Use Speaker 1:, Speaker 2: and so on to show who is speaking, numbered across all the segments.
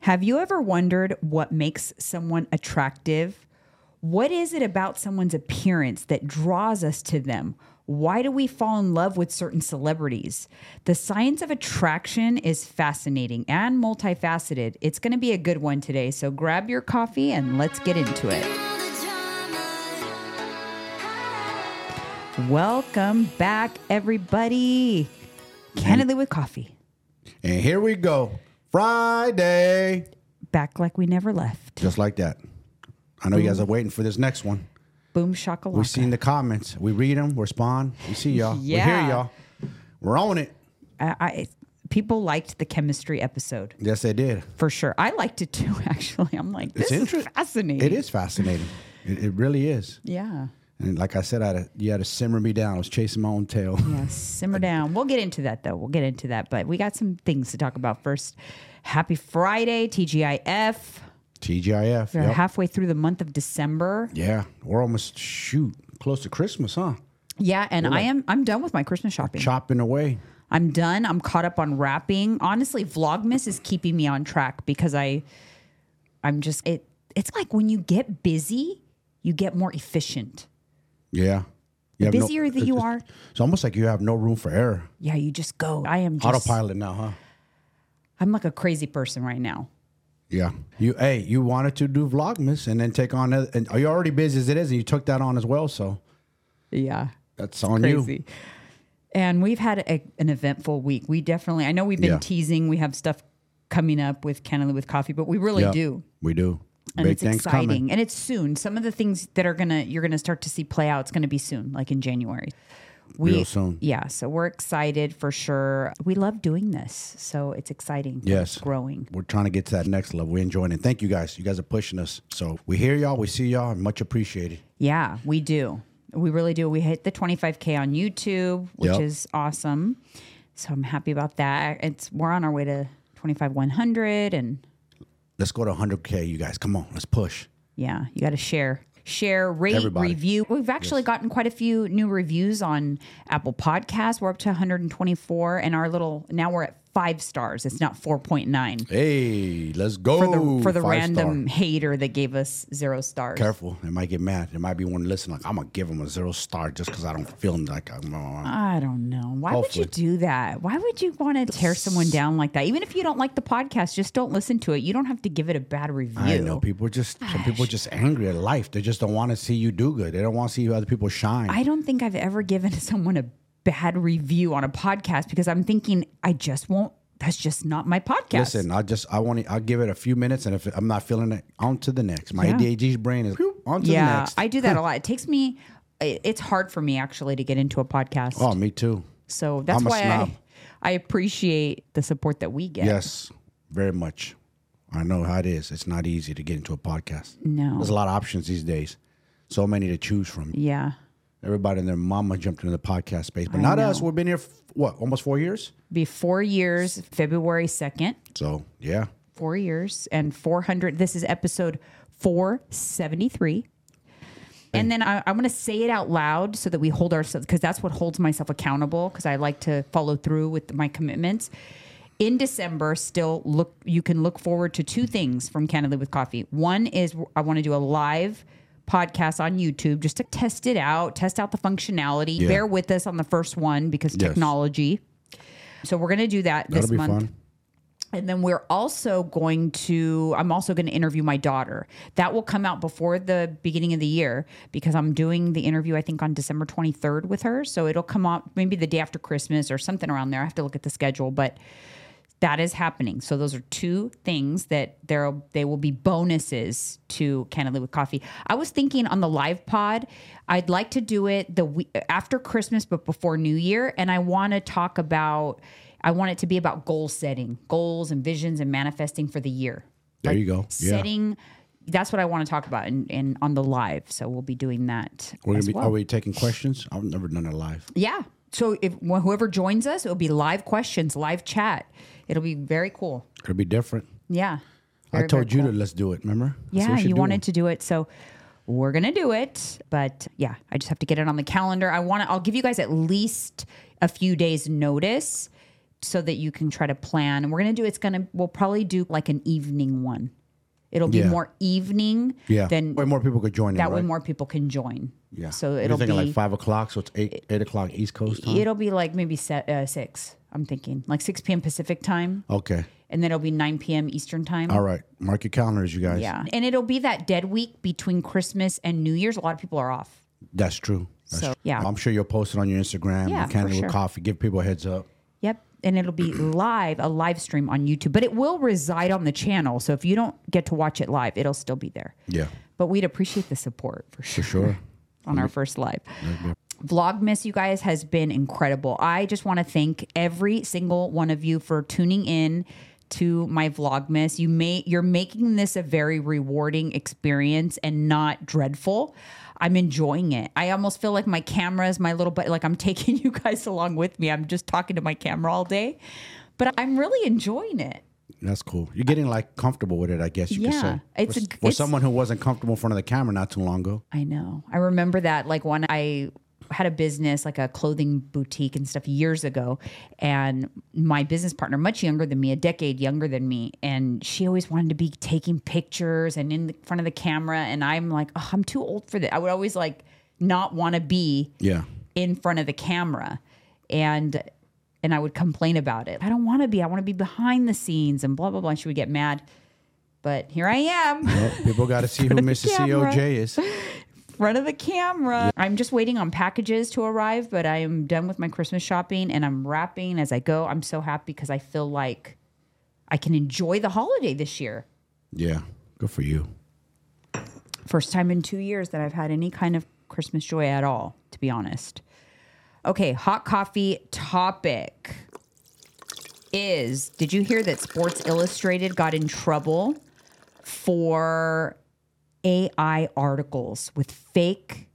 Speaker 1: Have you ever wondered what makes someone attractive? What is it about someone's appearance that draws us to them? Why do we fall in love with certain celebrities? The science of attraction is fascinating and multifaceted. It's going to be a good one today, so grab your coffee and let's get into it. Welcome back, everybody. Candidly with coffee,
Speaker 2: And here we go. Friday.
Speaker 1: back like we never left.
Speaker 2: Just like that. I know you guys are waiting for this next one.
Speaker 1: Boom shakalaka.
Speaker 2: We've seen the comments. We read them. We respond. We see y'all. We
Speaker 1: Yeah.
Speaker 2: hear y'all. We're on it.
Speaker 1: I, I people liked the chemistry episode
Speaker 2: Yes, they did.
Speaker 1: for sure. I liked it too. Actually, I'm like this is
Speaker 2: interest-
Speaker 1: fascinating.
Speaker 2: It is fascinating. It, it really is.
Speaker 1: Yeah.
Speaker 2: And like I said, I had to, you had to simmer me down. I was chasing my own tail.
Speaker 1: Yeah. Simmer down. We'll get into that though. We'll get into that. But we got some things to talk about first. Happy Friday, TGIF.
Speaker 2: TGIF.
Speaker 1: We're
Speaker 2: yep.
Speaker 1: halfway through the month of December.
Speaker 2: yeah. We're almost, shoot, close to Christmas, huh?
Speaker 1: Yeah, and I am I'm done with my Christmas shopping.
Speaker 2: Chopping away.
Speaker 1: I'm done. I'm caught up on wrapping. Honestly, Vlogmas is keeping me on track because I I'm just it it's like when you get busy, you get more efficient.
Speaker 2: Yeah. You have
Speaker 1: busier that you
Speaker 2: it's-
Speaker 1: are-
Speaker 2: It's almost like you have no room for error.
Speaker 1: Yeah, you just go. I am just
Speaker 2: Autopilot now, huh?
Speaker 1: I'm like a crazy person right now.
Speaker 2: Yeah. You hey, you wanted to do Vlogmas and then take on other, and you're already busy as it is, and you took that on as well. So
Speaker 1: Yeah.
Speaker 2: that's on you.
Speaker 1: Crazy. And we've had a, an eventful week. We definitely I know we've been
Speaker 2: Yeah.
Speaker 1: teasing, we have stuff coming up with Canada with coffee, but we really
Speaker 2: Yeah,
Speaker 1: do.
Speaker 2: We do.
Speaker 1: And
Speaker 2: Big
Speaker 1: it's
Speaker 2: things
Speaker 1: exciting.
Speaker 2: coming.
Speaker 1: And it's soon. Some of the things that are gonna you're gonna start to see play out, it's gonna be soon, like in January. We,
Speaker 2: Real soon.
Speaker 1: Yeah. So we're excited for sure. We love doing this. So it's exciting.
Speaker 2: Yes.
Speaker 1: It's growing.
Speaker 2: We're trying to get to that next level. We're enjoying it. Thank you guys. You guys are pushing us. So we hear y'all, we see y'all, and much appreciated.
Speaker 1: Yeah, we do. We really do. We hit the 25k on YouTube, which
Speaker 2: Yep.
Speaker 1: is awesome. So I'm happy about that. It's we're on our way to 25 100 and
Speaker 2: Let's go to 100K, you guys. Come on, let's push.
Speaker 1: yeah, you got to share. Share, rate,
Speaker 2: Everybody.
Speaker 1: review. We've actually gotten quite a few new reviews on Apple Podcasts. We're up to 124 and our little now we're at 5 stars. It's not 4.9
Speaker 2: Hey, let's go.
Speaker 1: for the for the
Speaker 2: Five
Speaker 1: random
Speaker 2: star.
Speaker 1: hater that gave us 0 stars.
Speaker 2: Careful, they might get mad. There might be one listening. Like I'm gonna give them a zero star just because I don't feel like I'm.
Speaker 1: I don't know. Why
Speaker 2: Hopefully.
Speaker 1: would you do that? Why would you want to tear someone down like that? Even if you don't like the podcast, just don't listen to it. You don't have to give it a bad review.
Speaker 2: I know people are just some people are just angry at life. They just don't want to see you do good. They don't want to see other people shine.
Speaker 1: I don't think I've ever given someone a bad review on a podcast because I'm thinking I just won't. That's just not my podcast.
Speaker 2: Listen, I just I want to. I'll give it a few minutes, and if I'm not feeling it, on to the next. My
Speaker 1: Yeah.
Speaker 2: ADHD brain is whoop, on to the
Speaker 1: yeah,
Speaker 2: next.
Speaker 1: I do that a lot. It takes me. i- It's hard for me actually to get into a podcast.
Speaker 2: oh, me too.
Speaker 1: so that's
Speaker 2: I'm a
Speaker 1: why
Speaker 2: snob.
Speaker 1: I, I appreciate the support that we get.
Speaker 2: Yes, very much. I know how it is. It's not easy to get into a podcast.
Speaker 1: No.
Speaker 2: there's a lot of options these days. So many to choose from.
Speaker 1: Yeah.
Speaker 2: Everybody and their mama jumped into the podcast space, but not us. We've been here f- what almost four years.
Speaker 1: Be four years, February second.
Speaker 2: So yeah,
Speaker 1: four years and 400 this is episode 473 and then I, I'm going to say it out loud so that we hold ourselves, because that's what holds myself accountable, because I like to follow through with my commitments. In December, still look, you can look forward to two things from Canada with Coffee. One is I want to do a live podcast on YouTube just to test it out, test out the functionality.
Speaker 2: Yeah.
Speaker 1: Bear with us on the first one because
Speaker 2: Yes.
Speaker 1: technology. So we're going to do that
Speaker 2: that'll
Speaker 1: this
Speaker 2: be
Speaker 1: month.
Speaker 2: fun.
Speaker 1: And then we're also going to, I'm also going to interview my daughter. That will come out before the beginning of the year because I'm doing the interview, I think, on December 23rd with her. So it'll come out maybe the day after Christmas or something around there. I have to look at the schedule, but that is happening. So those are two things that there they will be bonuses to Candidly with Coffee. I was thinking on the live pod, I'd like to do it the week after Christmas but before New Year and I want to talk about I want it to be about goal setting, goals and visions and manifesting for the year.
Speaker 2: There you go. Yeah.
Speaker 1: Setting that's what I want to talk about in, in on the live. So we'll be doing that.
Speaker 2: We're
Speaker 1: as
Speaker 2: gonna be,
Speaker 1: well.
Speaker 2: Are we taking questions? I've never done it live.
Speaker 1: Yeah. So if wh- whoever joins us, it'll be live questions, live chat. It'll be very cool.
Speaker 2: It'll be different.
Speaker 1: Yeah.
Speaker 2: I told you to let's do it. Remember? That's what
Speaker 1: Yeah,
Speaker 2: we should
Speaker 1: you
Speaker 2: do.
Speaker 1: wanted to do it, so we're gonna do it. But yeah, I just have to get it on the calendar. I want to. I'll give you guys at least a few days notice so that you can try to plan. And we're going to do, it's going to, we'll probably do like an evening one. It'll be
Speaker 2: Yeah.
Speaker 1: more evening
Speaker 2: Yeah.
Speaker 1: than
Speaker 2: way more people could join.
Speaker 1: that
Speaker 2: in,
Speaker 1: way
Speaker 2: right?
Speaker 1: more people can join.
Speaker 2: Yeah.
Speaker 1: So
Speaker 2: You're
Speaker 1: it'll be
Speaker 2: thinking like five o'clock, so it's eight eight o'clock East Coast time.
Speaker 1: it'll be like maybe set, uh, six. I'm thinking like six p.m. Pacific time,
Speaker 2: Okay.
Speaker 1: and then it'll be nine p.m. Eastern time.
Speaker 2: All right. Mark your calendars, you guys.
Speaker 1: Yeah, and it'll be that dead week between Christmas and New Year's. A lot of people are off.
Speaker 2: That's true. That's
Speaker 1: So,
Speaker 2: true.
Speaker 1: yeah.
Speaker 2: I'm sure you'll post it on your Instagram.
Speaker 1: Yeah,
Speaker 2: Yeah,
Speaker 1: for
Speaker 2: Canada
Speaker 1: sure.
Speaker 2: with coffee. Give people a heads up.
Speaker 1: Yep. And it'll be live, a live stream on YouTube, but it will reside on the channel. So if you don't get to watch it live, it'll still be there.
Speaker 2: Yeah.
Speaker 1: But we'd appreciate the support for sure.
Speaker 2: Sure.
Speaker 1: on our first live. Vlogmas, you guys, has been incredible. I just want to thank every single one of you for tuning in to my Vlogmas. You may you're making this a very rewarding experience and not dreadful. I'm enjoying it. I almost feel like my camera is my little but like I'm taking you guys along with me. I'm just talking to my camera all day. But I'm really enjoying it.
Speaker 2: That's cool. You're getting like comfortable with it, I guess you could
Speaker 1: Yeah.
Speaker 2: say.
Speaker 1: It's
Speaker 2: for,
Speaker 1: a-
Speaker 2: for
Speaker 1: it's-
Speaker 2: someone who wasn't comfortable in front of the camera not too long ago.
Speaker 1: I know. I remember that like when I had a business like a clothing boutique and stuff years ago and my business partner much younger than me a decade younger than me and she always wanted to be taking pictures and in the front of the camera and I'm like oh, I'm too old for that I would always like not want to be
Speaker 2: Yeah.
Speaker 1: in front of the camera and and I would complain about it I don't want to be I want to be behind the scenes and blah blah blah and she would get mad but here I am
Speaker 2: Well, people got to see who Mr.
Speaker 1: camera.
Speaker 2: COJ is.
Speaker 1: front of the camera. I'm just waiting on packages to arrive, but I am done with my Christmas shopping and I'm wrapping as I go. I'm so happy because I feel like I can enjoy the holiday this year.
Speaker 2: Yeah. Good for you.
Speaker 1: First time in two years that I've had any kind of Christmas joy at all, to be honest. Okay, hot coffee topic is Did you hear that Sports Illustrated got in trouble for AI articles with fake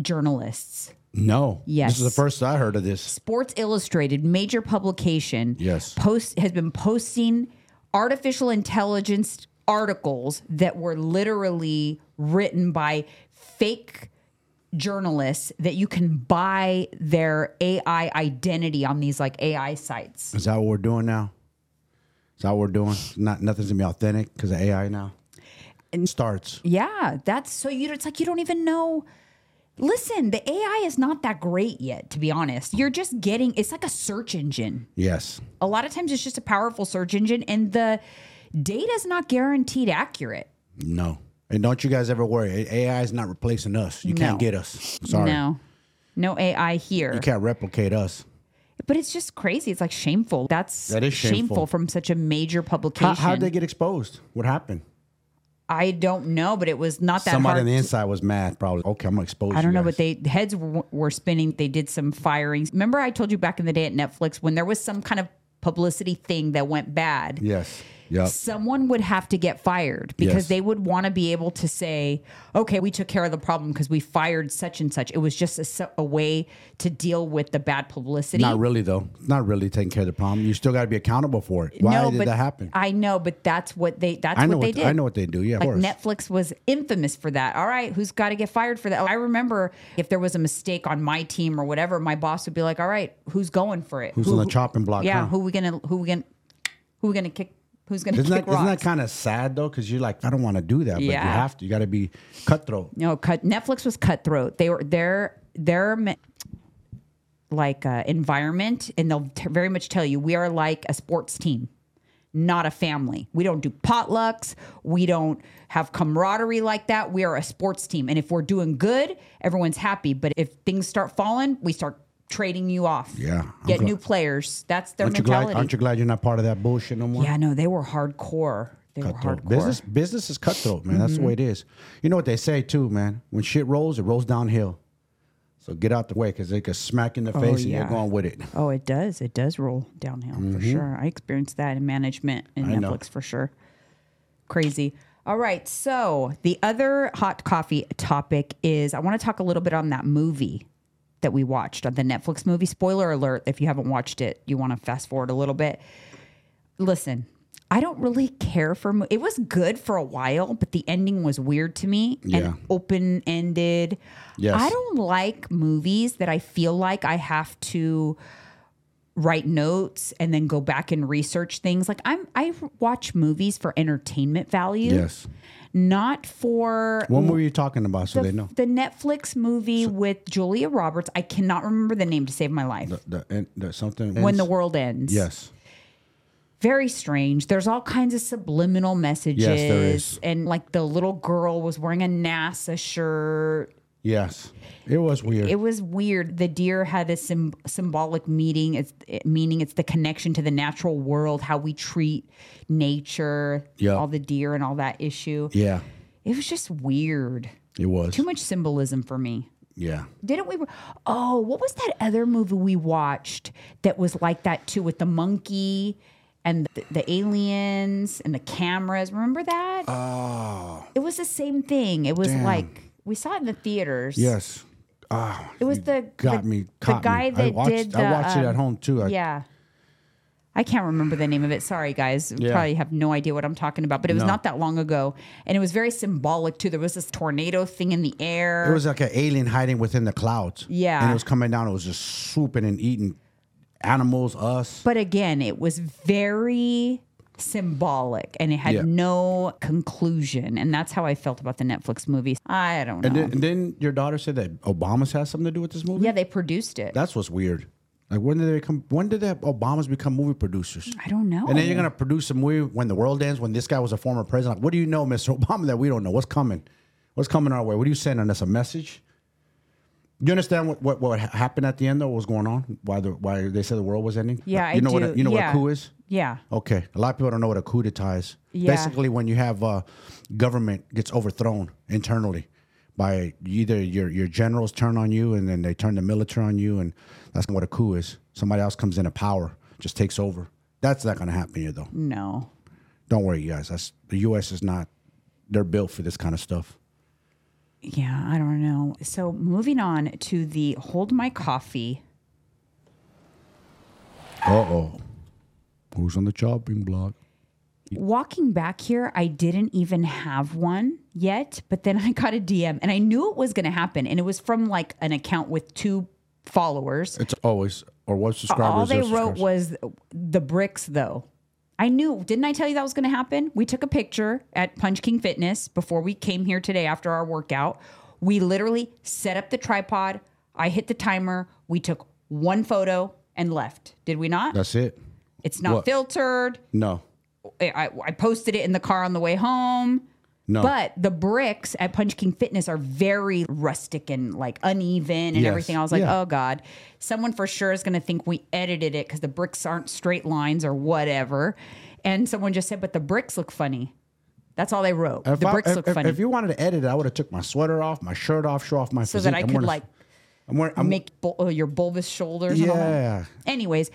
Speaker 1: journalists?
Speaker 2: No.
Speaker 1: Yes.
Speaker 2: This is the first I heard of this.
Speaker 1: Sports Illustrated, major publication,
Speaker 2: Yes.
Speaker 1: post has been posting artificial intelligence articles that were literally written by fake journalists that you can buy their AI identity on these like AI sites.
Speaker 2: Is that what we're doing now? Is that what we're doing? Not nothing's gonna be authentic because of AI now. And starts.
Speaker 1: Yeah, that's so you it's like you don't even know Listen, the AI is not that great yet, to be honest. You're just getting it's like a search engine.
Speaker 2: Yes.
Speaker 1: a lot of times it's just a powerful search engine and the data is not guaranteed accurate
Speaker 2: No. And don't you guys ever worry. AI is not replacing us. You
Speaker 1: No.
Speaker 2: can't get us. Sorry.
Speaker 1: no no ai here
Speaker 2: You can't replicate us.
Speaker 1: but it's just crazy it's like shameful that's
Speaker 2: That is shameful.
Speaker 1: from such a major
Speaker 2: How,
Speaker 1: publication
Speaker 2: how'd they get exposed? What happened?
Speaker 1: i don't know but it was not that
Speaker 2: Somebody
Speaker 1: hard
Speaker 2: on the inside was mad, probably. Okay, I'm gonna expose.
Speaker 1: I don't know, but they heads w- were spinning. They did some firings. Remember, I told you back in the day at Netflix when there was some kind of publicity thing that went bad.
Speaker 2: yes, yep,
Speaker 1: someone would have to get fired because
Speaker 2: Yes.
Speaker 1: they would want to be able to say, okay, we took care of the problem because we fired such and such. It was just a, s- a way to deal with the bad publicity.
Speaker 2: not really though. Not really taking care of the problem. You still got to be accountable for it. Why did that happen?
Speaker 1: I know, but that's what they that's
Speaker 2: I know
Speaker 1: what they did.
Speaker 2: I know what they do. Yeah, of
Speaker 1: Like
Speaker 2: course.
Speaker 1: Netflix was infamous for that. All right, who's got to get fired for that? Oh, I remember if there was a mistake on my team or whatever, my boss would be like, "All right, who's going for it?
Speaker 2: Who's
Speaker 1: Who-
Speaker 2: on the chopping block?
Speaker 1: yeah,
Speaker 2: huh?
Speaker 1: who we gonna who we gonna who we gonna kick? Who's gonna
Speaker 2: Isn't
Speaker 1: kick
Speaker 2: that,
Speaker 1: rocks?
Speaker 2: isn't that kind of sad though? Because you're like, I don't want to do that, but you
Speaker 1: Yeah.
Speaker 2: have to. You got to be cutthroat.
Speaker 1: No, cut. Netflix was cutthroat. They were their their me- like uh, environment, and they'll t- very much tell you we are like a sports team, not a family. We don't do potlucks. We don't have camaraderie like that. We are a sports team, and if we're doing good, everyone's happy. But if things start falling, we start trading you off.
Speaker 2: Yeah, I'm
Speaker 1: get
Speaker 2: gl-
Speaker 1: new players. That's their
Speaker 2: Aren't you
Speaker 1: mentality.
Speaker 2: glad? Aren't you glad you're not part of that bullshit no more?
Speaker 1: yeah, no, they were hardcore. They were
Speaker 2: cutthroat.
Speaker 1: hardcore. Mm-hmm.
Speaker 2: Business business is cutthroat, man. That's the way it is. You know what they say too, man. When shit rolls, it rolls downhill. So get out the way because they could smack you in the face and
Speaker 1: Oh, yeah.
Speaker 2: you're going with it.
Speaker 1: Oh, it does. It does roll downhill for sure. I experienced that in management in
Speaker 2: Mm-hmm. I know.
Speaker 1: Netflix for sure. Crazy. All right. So the other hot coffee topic is I want to talk a little bit on that movie that we watched, on the Netflix movie. Spoiler alert, if you haven't watched it, you want to fast forward a little bit. Listen, I don't really care for mo- it was good for a while, but the ending was weird to me
Speaker 2: Yeah.
Speaker 1: and open ended.
Speaker 2: Yes.
Speaker 1: I don't like movies that I feel like I have to write notes and then go back and research things. Like I'm I watch movies for entertainment value.
Speaker 2: Yes.
Speaker 1: Not for
Speaker 2: What movie are you talking about so
Speaker 1: the,
Speaker 2: they know?
Speaker 1: the Netflix movie with Julia Roberts. I cannot remember the name to save my life.
Speaker 2: The, and the something
Speaker 1: when
Speaker 2: ends?
Speaker 1: the world ends.
Speaker 2: Yes.
Speaker 1: Very strange. There's all kinds of subliminal messages.
Speaker 2: Yes, there is.
Speaker 1: And like the little girl was wearing a NASA shirt.
Speaker 2: Yes. It was weird.
Speaker 1: It was weird. The deer had a sym- symbolic meaning. It's it, meaning it's the connection to the natural world, how we treat nature,
Speaker 2: Yeah.
Speaker 1: all the deer and all that issue.
Speaker 2: yeah.
Speaker 1: It was just weird.
Speaker 2: It was.
Speaker 1: Too much symbolism for me.
Speaker 2: Yeah.
Speaker 1: Didn't we? Oh, what was that other movie we watched that was like that too with the monkey and the, the aliens and the cameras? Remember that?
Speaker 2: Oh.
Speaker 1: it was the same thing. It was
Speaker 2: damn.
Speaker 1: like we saw it in the theaters.
Speaker 2: Yes. Oh.
Speaker 1: It was the
Speaker 2: Got
Speaker 1: the,
Speaker 2: me.
Speaker 1: the
Speaker 2: Caught
Speaker 1: guy
Speaker 2: me.
Speaker 1: that
Speaker 2: I watched,
Speaker 1: did the
Speaker 2: I watched it
Speaker 1: um,
Speaker 2: at home too. I,
Speaker 1: Yeah. I can't remember the name of it. Sorry, guys.
Speaker 2: Yeah.
Speaker 1: Probably have no idea what I'm talking about, but it was
Speaker 2: No.
Speaker 1: not that long ago. And it was very symbolic, too. There was this tornado thing in the air.
Speaker 2: It was like an alien hiding within the clouds.
Speaker 1: Yeah.
Speaker 2: And it was coming down. It was just swooping and eating animals, us.
Speaker 1: But again, it was very symbolic and it had
Speaker 2: Yeah.
Speaker 1: no conclusion. And that's how I felt about the Netflix movies. I don't know.
Speaker 2: And then, and then your daughter said that Obama's has something to do with this movie.
Speaker 1: yeah, they produced it.
Speaker 2: That's what's weird. Like when did they come? When did the Obamas become movie producers?
Speaker 1: I don't know.
Speaker 2: And then you're gonna produce a movie when the world ends, when this guy was a former president. Like, what do you know, Mr. Obama, that we don't know? What's coming? What's coming our way? What are you sending us a message? You understand what, what, what ha- happened at the end though? What was going on? Why the why they said the world was ending?
Speaker 1: Yeah,
Speaker 2: Like,
Speaker 1: I
Speaker 2: you know
Speaker 1: do.
Speaker 2: what a, you know
Speaker 1: Yeah.
Speaker 2: what a coup is?
Speaker 1: Yeah.
Speaker 2: Okay, a lot of people don't know what a coup d'état is.
Speaker 1: Yeah.
Speaker 2: Basically, when you have uh, government gets overthrown internally by either your your generals turn on you, and then they turn the military on you, and that's what a coup is. Somebody else comes into power, just takes over. That's not going to happen here, though.
Speaker 1: No.
Speaker 2: Don't worry, you guys. That's the U.S. is not. They're built for this kind of stuff.
Speaker 1: Yeah, I don't know. So moving on to the Hold My Coffee.
Speaker 2: Uh oh. Who's on the chopping block?
Speaker 1: Walking back here, I didn't even have one yet, but then I got a DM and I knew it was going to happen. And it was from like an account with two followers.
Speaker 2: It's always or what subscribers.
Speaker 1: all they
Speaker 2: zero
Speaker 1: wrote
Speaker 2: subscribers.
Speaker 1: was the bricks though i knew didn't i tell you that was going to happen we took a picture at punch king fitness before we came here today after our workout we literally set up the tripod i hit the timer we took one photo and left did we not
Speaker 2: That's it.
Speaker 1: it's not
Speaker 2: what?
Speaker 1: filtered
Speaker 2: No,
Speaker 1: I, I- I posted it in the car on the way home
Speaker 2: no.
Speaker 1: but the bricks at Punch King Fitness are very rustic and like uneven and
Speaker 2: Yes.
Speaker 1: everything. I was like,
Speaker 2: Yeah.
Speaker 1: oh God, someone for sure is going to think we edited it because the bricks aren't straight lines or whatever. And someone just said, but the bricks look funny. That's all they wrote.
Speaker 2: If
Speaker 1: the
Speaker 2: I-
Speaker 1: bricks
Speaker 2: if-
Speaker 1: look
Speaker 2: if-
Speaker 1: funny.
Speaker 2: If you wanted to edit, it, I would have took my sweater off, my shirt off, show off my
Speaker 1: so
Speaker 2: physique.
Speaker 1: that I
Speaker 2: I'm
Speaker 1: could
Speaker 2: wearing a-
Speaker 1: like
Speaker 2: I'm wearing, I'm,
Speaker 1: make bul- uh, your bulbous shoulders. And all that.
Speaker 2: yeah,
Speaker 1: Anyways,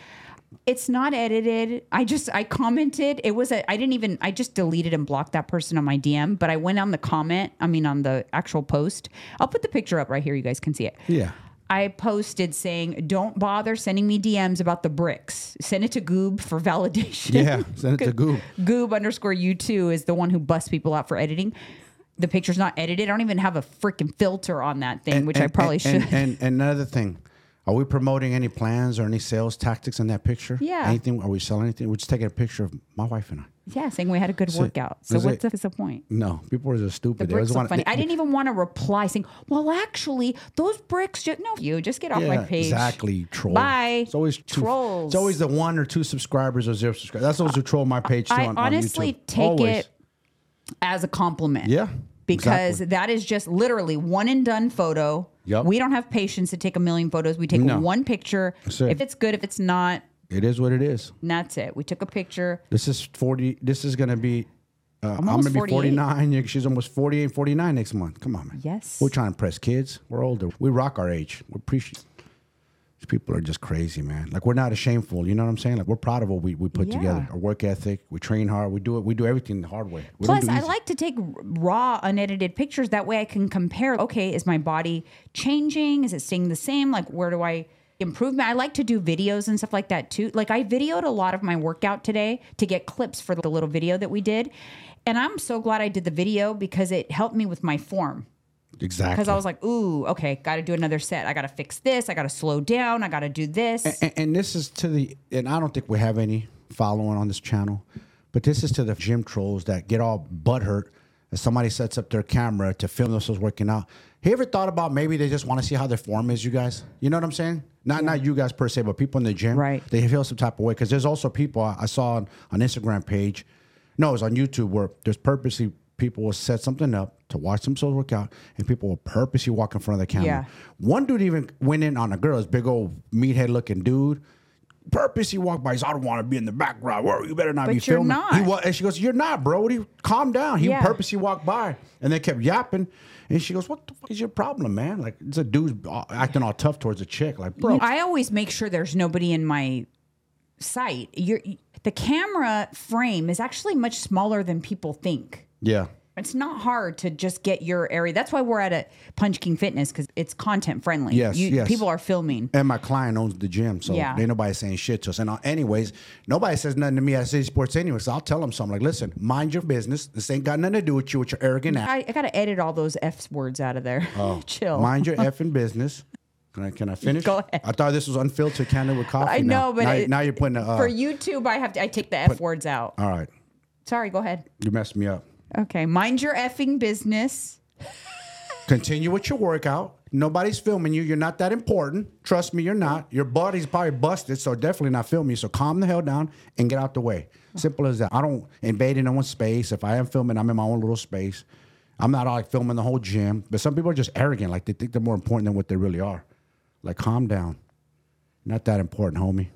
Speaker 1: it's not edited. I just I commented. It was a I didn't even I just deleted and blocked that person on my DM, but I went on the comment, I mean on the actual post. I'll put the picture up right here you guys can see it.
Speaker 2: yeah.
Speaker 1: I posted saying, "Don't bother sending me DMs about the bricks. Send it to Goob for validation."
Speaker 2: Yeah, send it to Goob.
Speaker 1: Goob underscore you two is the one who busts people out for editing. The picture's not edited. I don't even have a freaking filter on that thing, which I
Speaker 2: And-
Speaker 1: probably
Speaker 2: and-
Speaker 1: should.
Speaker 2: And, and, and another thing, are we promoting any plans or any sales tactics in that picture?
Speaker 1: Yeah.
Speaker 2: Anything? Are we selling anything? We're just taking a picture of my wife and I.
Speaker 1: yeah, saying we had a good workout. So
Speaker 2: is
Speaker 1: what's
Speaker 2: it-
Speaker 1: the, the point?
Speaker 2: No, people are just stupid.
Speaker 1: The
Speaker 2: They always
Speaker 1: bricks look
Speaker 2: wanna-
Speaker 1: funny. I didn't even want to reply saying, "Well, actually, those bricks just no, you just get off my
Speaker 2: Yeah,
Speaker 1: page."
Speaker 2: Exactly, troll.
Speaker 1: Bye.
Speaker 2: It's always two,
Speaker 1: Trolls.
Speaker 2: It's always the one or two subscribers or zero subscribers. That's those who troll my page too
Speaker 1: I
Speaker 2: on, on
Speaker 1: honestly
Speaker 2: YouTube.
Speaker 1: take
Speaker 2: Always.
Speaker 1: it as a compliment.
Speaker 2: Yeah,
Speaker 1: Because
Speaker 2: exactly.
Speaker 1: that is just literally one and done photo.
Speaker 2: Yep.
Speaker 1: We don't have patience to take a million photos. We take
Speaker 2: No.
Speaker 1: one picture.
Speaker 2: it.
Speaker 1: If it's good, if it's not,
Speaker 2: It is what it is.
Speaker 1: and that's it. We took a picture.
Speaker 2: This is 40. This is going to be, uh, I'm,
Speaker 1: almost
Speaker 2: going to be
Speaker 1: 48.
Speaker 2: 49. Yeah, She's almost 48, 49 next month. Come on, man.
Speaker 1: Yes.
Speaker 2: We're trying to impress kids. We're older. We rock our age. We appreciate These people are just crazy, man. Like, we're not ashamedful. You know what I'm saying? Like, we're proud of what we, we put
Speaker 1: Yeah.
Speaker 2: together. Our work ethic. We train hard. We do it. We do everything the hard way. We don't
Speaker 1: Plus,
Speaker 2: do
Speaker 1: I
Speaker 2: easy.
Speaker 1: like to take r- raw, unedited pictures. That way, I can compare. Okay, is my body changing? Is it staying the same? Like, where do I improve? my- I like to do videos and stuff like that too. Like, I videoed a lot of my workout today to get clips for the little video that we did, and I'm so glad I did the video because it helped me with my form.
Speaker 2: Exactly.
Speaker 1: Because I was like, ooh, okay, got to do another set. I got to fix this. I got to slow down. I got to do this.
Speaker 2: and, and this is to the and I don't think we have any following on this channel, but this is to the gym trolls that get all butthurt if somebody sets up their camera to film themselves working out. Have you ever thought about maybe they just want to see how their form is, you guys? You know what I'm saying? Not not you guys per se, but people in the gym.
Speaker 1: Right.
Speaker 2: They feel some type of way because there's also people I, I saw on, on Instagram page, no, it was on YouTube where there's purposely people will set something up to watch themselves work out, and people will purposely walk in front of the camera.
Speaker 1: Yeah.
Speaker 2: One dude even went in on a girl, this big old meathead looking dude. Purpose he walked by. He said, I don't want to be in the background. Whoa, you better not be
Speaker 1: you're
Speaker 2: filming.
Speaker 1: not.
Speaker 2: He wa- and she goes, You're not, bro. What do you calm down? He
Speaker 1: Yeah.
Speaker 2: purposely walked by and they kept yapping. And she goes, What the fuck is your problem, man? Like it's a dude uh, acting all tough towards a chick. Like, bro,
Speaker 1: I always make sure there's nobody in my sight. You're, the camera frame is actually much smaller than people think.
Speaker 2: Yeah.
Speaker 1: It's not hard to just get your area. That's why we're at a Punch King Fitness because it's content friendly.
Speaker 2: Yes, yes.
Speaker 1: People are filming.
Speaker 2: And my client owns the gym, so
Speaker 1: Yeah.
Speaker 2: ain't nobody saying shit to us. And uh, anyways, nobody says nothing to me at City Sports anyway. So I'll tell them something like, listen, mind your business. This ain't got nothing to do with you with your arrogant ass.
Speaker 1: I, I got to edit all those F words out of there.
Speaker 2: Oh,
Speaker 1: Chill.
Speaker 2: Mind your effing business. Can I can I finish?
Speaker 1: Go ahead.
Speaker 2: I thought this was unfiltered Canada with coffee.
Speaker 1: I
Speaker 2: now.
Speaker 1: know, but
Speaker 2: now,
Speaker 1: it-
Speaker 2: now you're putting a. Uh,
Speaker 1: For YouTube, I have to, I take the F words out.
Speaker 2: all right,
Speaker 1: Sorry, go ahead.
Speaker 2: you messed me up.
Speaker 1: Okay. Mind your effing business.
Speaker 2: Continue with your workout. Nobody's filming you. You're not that important. Trust me, you're not. Your body's probably busted, so definitely not filming you. So calm the hell down and get out the way. Simple as that. I don't invade in no one's space. If I am filming, I'm in my own little space. I'm not like filming the whole gym. But some people are just arrogant, like they think they're more important than what they really are. Like calm down. Not that important, homie.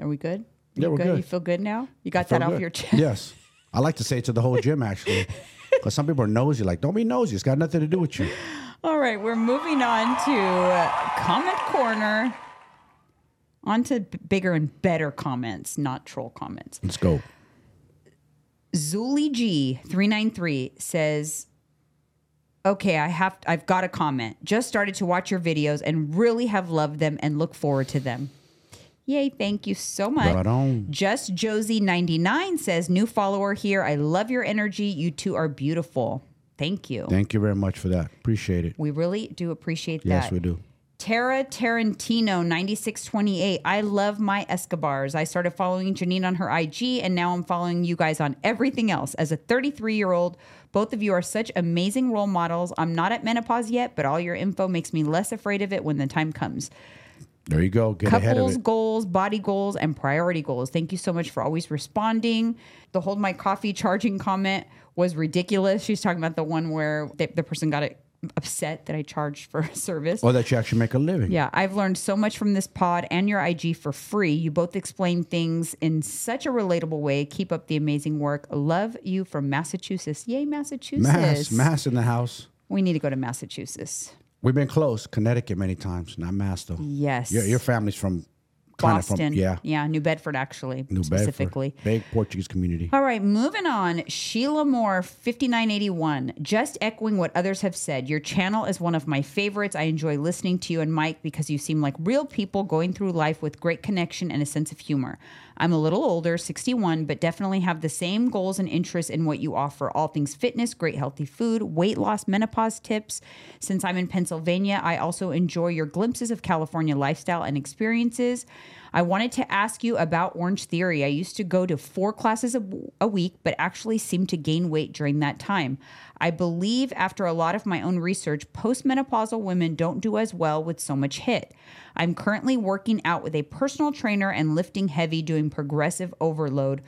Speaker 1: Are we good?
Speaker 2: Yeah,
Speaker 1: You
Speaker 2: we're good.
Speaker 1: You feel good now? You got
Speaker 2: Feel
Speaker 1: that off
Speaker 2: good.
Speaker 1: your chest?
Speaker 2: Yes. I like to say it to the whole gym actually. Because some people are nosy, like, don't be nosy. It's got nothing to do with you.
Speaker 1: All right, we're moving on to uh, comment corner. On to b- bigger and better comments, not troll comments.
Speaker 2: Let's go.
Speaker 1: Zuli G three nine three says, "Okay, I have I've got a comment. Just started to watch your videos and really have loved them and look forward to them. Yay! Thank you so much.
Speaker 2: Right on.
Speaker 1: Just Josie ninety nine says, new follower here. I love your energy. You two are beautiful. Thank you.
Speaker 2: Thank you very much for that. Appreciate it.
Speaker 1: we really do appreciate that.
Speaker 2: Yes, we do.
Speaker 1: Tara Tarantino, 9628. I love my Escobars. I started following Janine on her IG, and now I'm following you guys on everything else. As a 33 year old, both of you are such amazing role models. I'm not at menopause yet, but all your info makes me less afraid of it when the time comes.
Speaker 2: There you go. Get ahead of
Speaker 1: Couples
Speaker 2: it.
Speaker 1: goals, body goals, and priority goals. Thank you so much for always responding. The hold my coffee charging comment was ridiculous. She's talking about the one where the, the person got it upset that I charged for a service.
Speaker 2: Or that you actually make a living.
Speaker 1: Yeah, I've learned so much from this pod and your IG for free. You both explain things in such a relatable way. Keep up the amazing work. Love you from Massachusetts. Yay, Massachusetts.
Speaker 2: Mass, mass in the house.
Speaker 1: We need to go to Massachusetts.
Speaker 2: We've been close. Connecticut many times. Not mass though.
Speaker 1: Yes.
Speaker 2: Your, your family's from kind
Speaker 1: Boston.
Speaker 2: of from yeah.
Speaker 1: Yeah, New Bedford, actually,
Speaker 2: New Bedford.
Speaker 1: specifically.
Speaker 2: Big Portuguese community.
Speaker 1: All right, moving on. Sheila Moore, 5981. Just echoing what others have said, your channel is one of my favorites. I enjoy listening to you and Mike because you seem like real people going through life with great connection and a sense of humor. I'm a little older, 61, but definitely have the same goals and interests in what you offer all things fitness, great healthy food, weight loss, menopause tips. Since I'm in Pennsylvania, I also enjoy your glimpses of California lifestyle and experiences. I wanted to ask you about Orange Theory. I used to go to four classes a, a week, but actually seemed to gain weight during that time. I believe, after a lot of my own research, postmenopausal women don't do as well with so much HIT. I'm currently working out with a personal trainer and lifting heavy, doing progressive overload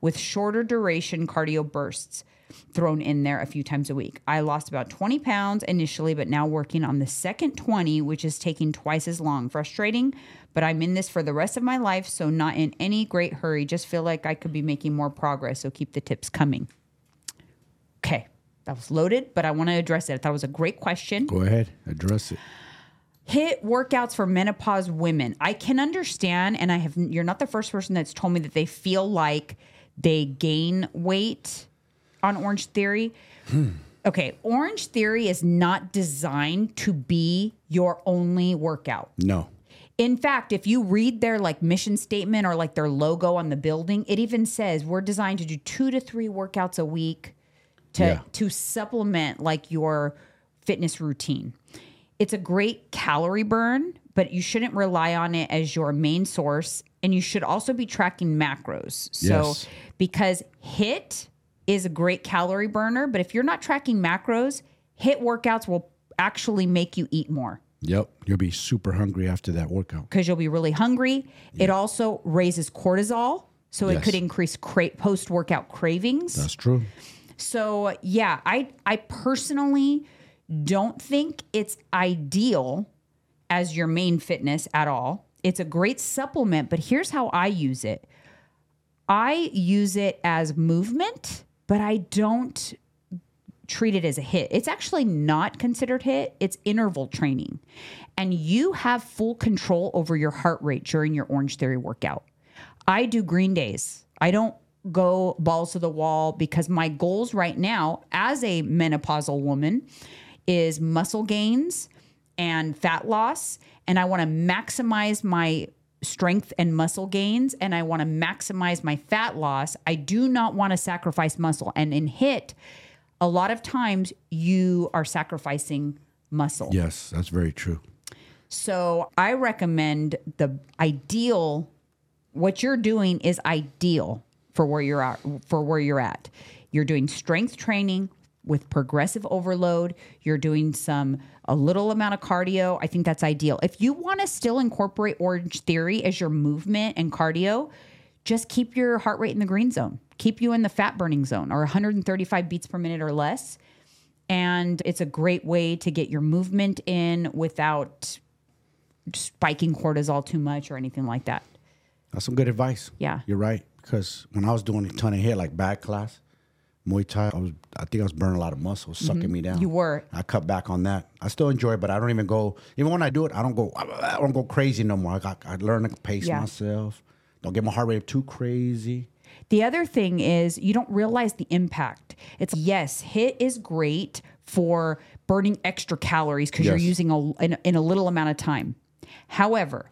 Speaker 1: with shorter duration cardio bursts thrown in there a few times a week. I lost about 20 pounds initially, but now working on the second 20, which is taking twice as long. Frustrating, but I'm in this for the rest of my life, so not in any great hurry. Just feel like I could be making more progress, so keep the tips coming. Okay. That was loaded, but I want to address it. I thought it was a great question.
Speaker 2: Go ahead. Address it.
Speaker 1: Hit workouts for menopause women. I can understand, and I have. You're not the first person that's told me that they feel like they gain weight on Orange Theory. Okay, Orange Theory is not designed to be your only workout.
Speaker 2: No.
Speaker 1: In fact, if you read their like mission statement or like their logo on the building, it even says we're designed to do two to three workouts a week to
Speaker 2: Yeah.
Speaker 1: to supplement like your fitness routine. It's a great calorie burn, but you shouldn't rely on it as your main source. And you should also be tracking macros. So,
Speaker 2: Yes.
Speaker 1: because HIT is a great calorie burner, but if you're not tracking macros, HIT workouts will actually make you eat more
Speaker 2: Yep. You'll be super hungry after that workout.
Speaker 1: because you'll be really hungry. It also raises cortisol. So it
Speaker 2: Yes.
Speaker 1: could increase cra- post workout cravings.
Speaker 2: That's true.
Speaker 1: So yeah, I I personally don't think it's ideal as your main fitness at all. It's a great supplement, but here's how I use it. I use it as movement, but I don't treat it as a hit. It's actually not considered hit, it's interval training. And you have full control over your heart rate during your Orange Theory workout. I do green days. I don't go balls to the wall because my goals right now as a menopausal woman is muscle gains and fat loss and I want to maximize my strength and muscle gains and I want to maximize my fat loss. I do not want to sacrifice muscle and in hit a lot of times you are sacrificing muscle.
Speaker 2: Yes, that's very true.
Speaker 1: So I recommend the ideal. What you're doing is ideal for where you're at. For where you're at, you're doing strength training with progressive overload. You're doing some a little amount of cardio. I think that's ideal. If you want to still incorporate Orange Theory as your movement and cardio, just keep your heart rate in the green zone. Keep you in the fat burning zone or 135 beats per minute or less. And it's a great way to get your movement in without spiking cortisol too much or anything like that.
Speaker 2: That's some good advice.
Speaker 1: Yeah.
Speaker 2: You're right. Because when I was doing a ton of hit, like back class, Muay Thai, I was I think I was burning a lot of muscle, sucking me down.
Speaker 1: Mm-hmm. You were.
Speaker 2: I cut back on that. I still enjoy it, but I don't even go. Even when I do it, I don't go. I don't go crazy no more. I got. I learn to pace
Speaker 1: Yeah.
Speaker 2: myself. Don't get my heart rate too crazy.
Speaker 1: The other thing is you don't realize the impact. It's yes, HIT is great for burning extra calories because you're
Speaker 2: Yes.
Speaker 1: using a, in, in a little amount of time. However,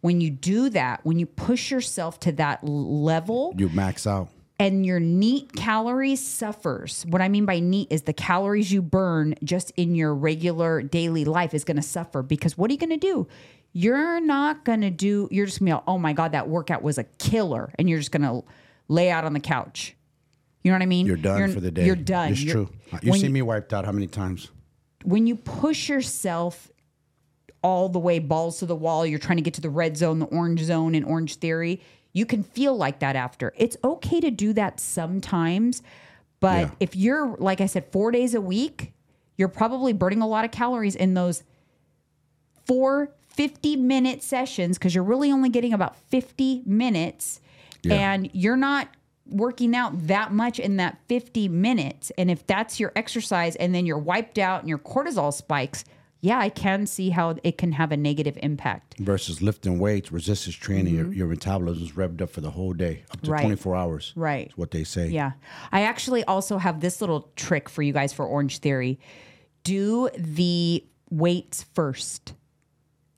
Speaker 1: when you do that, when you push yourself to that l- level,
Speaker 2: You max out.
Speaker 1: and your neat calories suffers. What I mean by neat is the calories you burn just in your regular daily life is going to suffer because what are you going to do? You're not going to do, you're just going to be like, oh my God, that workout was a killer. And you're just going to lay out on the couch. You know what I mean?
Speaker 2: You're done for the day.
Speaker 1: You're done.
Speaker 2: It's
Speaker 1: You're-
Speaker 2: true. You've
Speaker 1: when
Speaker 2: seen me wiped out how many times?
Speaker 1: when you push yourself all the way balls to the wall, you're trying to get to the red zone, the orange zone, and orange theory, you can feel like that after. It's okay to do that sometimes, but
Speaker 2: Yeah.
Speaker 1: if you're, like I said, four days a week, you're probably burning a lot of calories in those four 50 minute sessions because you're really only getting about 50 minutes and you're not working out that much in that 50 minutes. And if that's your exercise and then you're wiped out and your cortisol spikes, yeah, I can see how it can have a negative impact.
Speaker 2: Versus lifting weights, resistance training, your, your metabolism's revved up for the whole day, up to
Speaker 1: Mm-hmm. Right.
Speaker 2: 24 hours.
Speaker 1: Right.
Speaker 2: That's what they say.
Speaker 1: Yeah. I actually also have this little trick for you guys for Orange Theory. Do the weights first.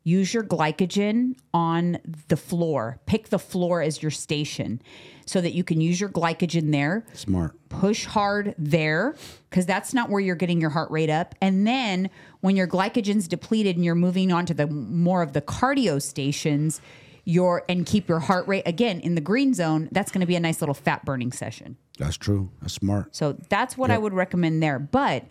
Speaker 1: Use your glycogen on the floor. Pick the floor as your station so that you can use your glycogen there.
Speaker 2: Smart.
Speaker 1: Push hard there because that's not where you're getting your heart rate up. And then when your glycogen's depleted and you're moving on to the more of the cardio stations, your and keep your heart rate again in the green zone, that's going to be a nice little fat burning session.
Speaker 2: That's true. That's smart.
Speaker 1: So that's what I would recommend there. But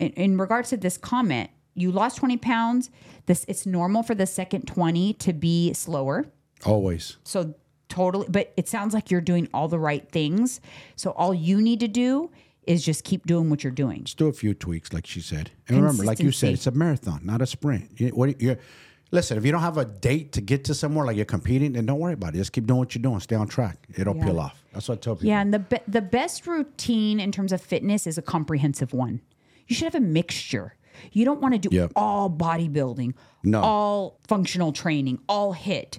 Speaker 1: in, in regards to this comment, you lost 20 pounds. This it's normal for the second 20 to be slower.
Speaker 2: Always.
Speaker 1: So totally, but it sounds like you're doing all the right things. So all you need to do is just keep doing what you're doing.
Speaker 2: Just do a few tweaks, like she said. And remember, like you said,
Speaker 1: Consistency.
Speaker 2: it's a marathon, not a sprint. You, what, you listen, if you don't have a date to get to somewhere, like you're competing, then don't worry about it. Just keep doing what you're doing. Stay on track. It'll peel off. That's what I tell people.
Speaker 1: Yeah, and the be- the best routine in terms of fitness is a comprehensive one. You should have a mixture. You don't want to do
Speaker 2: Yep.
Speaker 1: all bodybuilding,
Speaker 2: No.
Speaker 1: all functional training, all hit.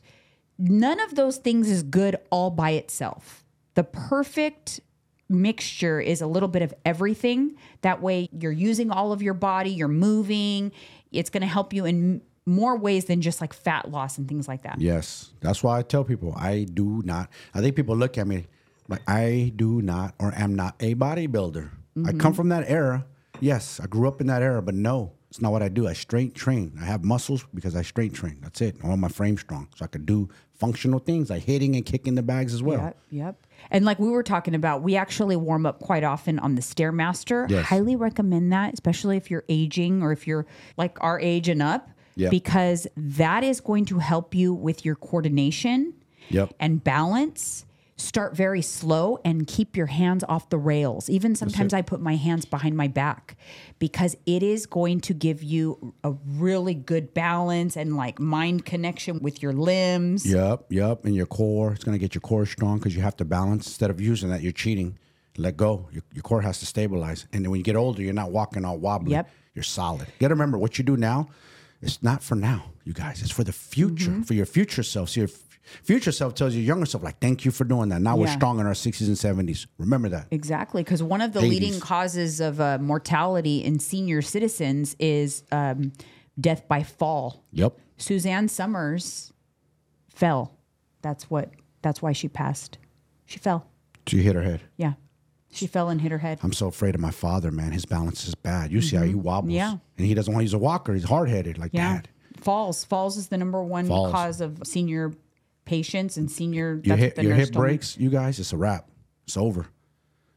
Speaker 1: None of those things is good all by itself. The perfect mixture is a little bit of everything. That way you're using all of your body, you're moving. It's going to help you in more ways than just like fat loss and things like that.
Speaker 2: Yes. That's why I tell people I do not. I think people look at
Speaker 1: Mm-hmm.
Speaker 2: me like I do not or am not a bodybuilder. I come from that era Yes, I grew up in that era, but no, it's not what I do. I straight train. I have muscles because I straight train. That's it. I want my frame strong so I could do functional things like hitting and kicking the bags as well.
Speaker 1: Yep, yep. And like we were talking about, we actually warm up quite often on the Stairmaster.
Speaker 2: Yes.
Speaker 1: Highly recommend that, especially if you're aging or if you're like our age and up,
Speaker 2: Yep.
Speaker 1: because that is going to help you with your coordination
Speaker 2: Yep.
Speaker 1: and balance. Start very slow and keep your hands off the rails. Even sometimes I put my hands behind my back because it is going to give you a really good balance and like mind connection with your limbs.
Speaker 2: Yep, yep. And your core, it's going to get your core strong because you have to balance. Instead of using that, you're cheating. Let go. Your, your core has to stabilize. And then when you get older, you're not walking all wobbly.
Speaker 1: Yep.
Speaker 2: You're solid. You got to remember what you do now, it's not for now, you guys. It's for the future,
Speaker 1: Mm-hmm.
Speaker 2: for your future self. So your f- future self tells your younger self, like, thank you for doing that. Now we're
Speaker 1: Yeah.
Speaker 2: strong in our 60s and 70s. Remember that.
Speaker 1: Exactly, because one of the leading
Speaker 2: Ladies.
Speaker 1: causes of uh, mortality in senior citizens is um, death by fall.
Speaker 2: Yep.
Speaker 1: Suzanne Summers fell. That's what. That's why she passed. She fell.
Speaker 2: She hit her head.
Speaker 1: Yeah, she fell and hit her head.
Speaker 2: I'm so afraid of my father, man. His balance is bad. You see how he wobbles.
Speaker 1: Mm-hmm. Yeah.
Speaker 2: And he doesn't want to use a walker. He's hard headed like
Speaker 1: Yeah,
Speaker 2: that.
Speaker 1: falls. Falls is the number one
Speaker 2: Falls.
Speaker 1: cause of senior patients and senior.
Speaker 2: your hip,
Speaker 1: what the
Speaker 2: your
Speaker 1: nurse
Speaker 2: hip
Speaker 1: told me.
Speaker 2: breaks, you guys, it's a wrap. It's over.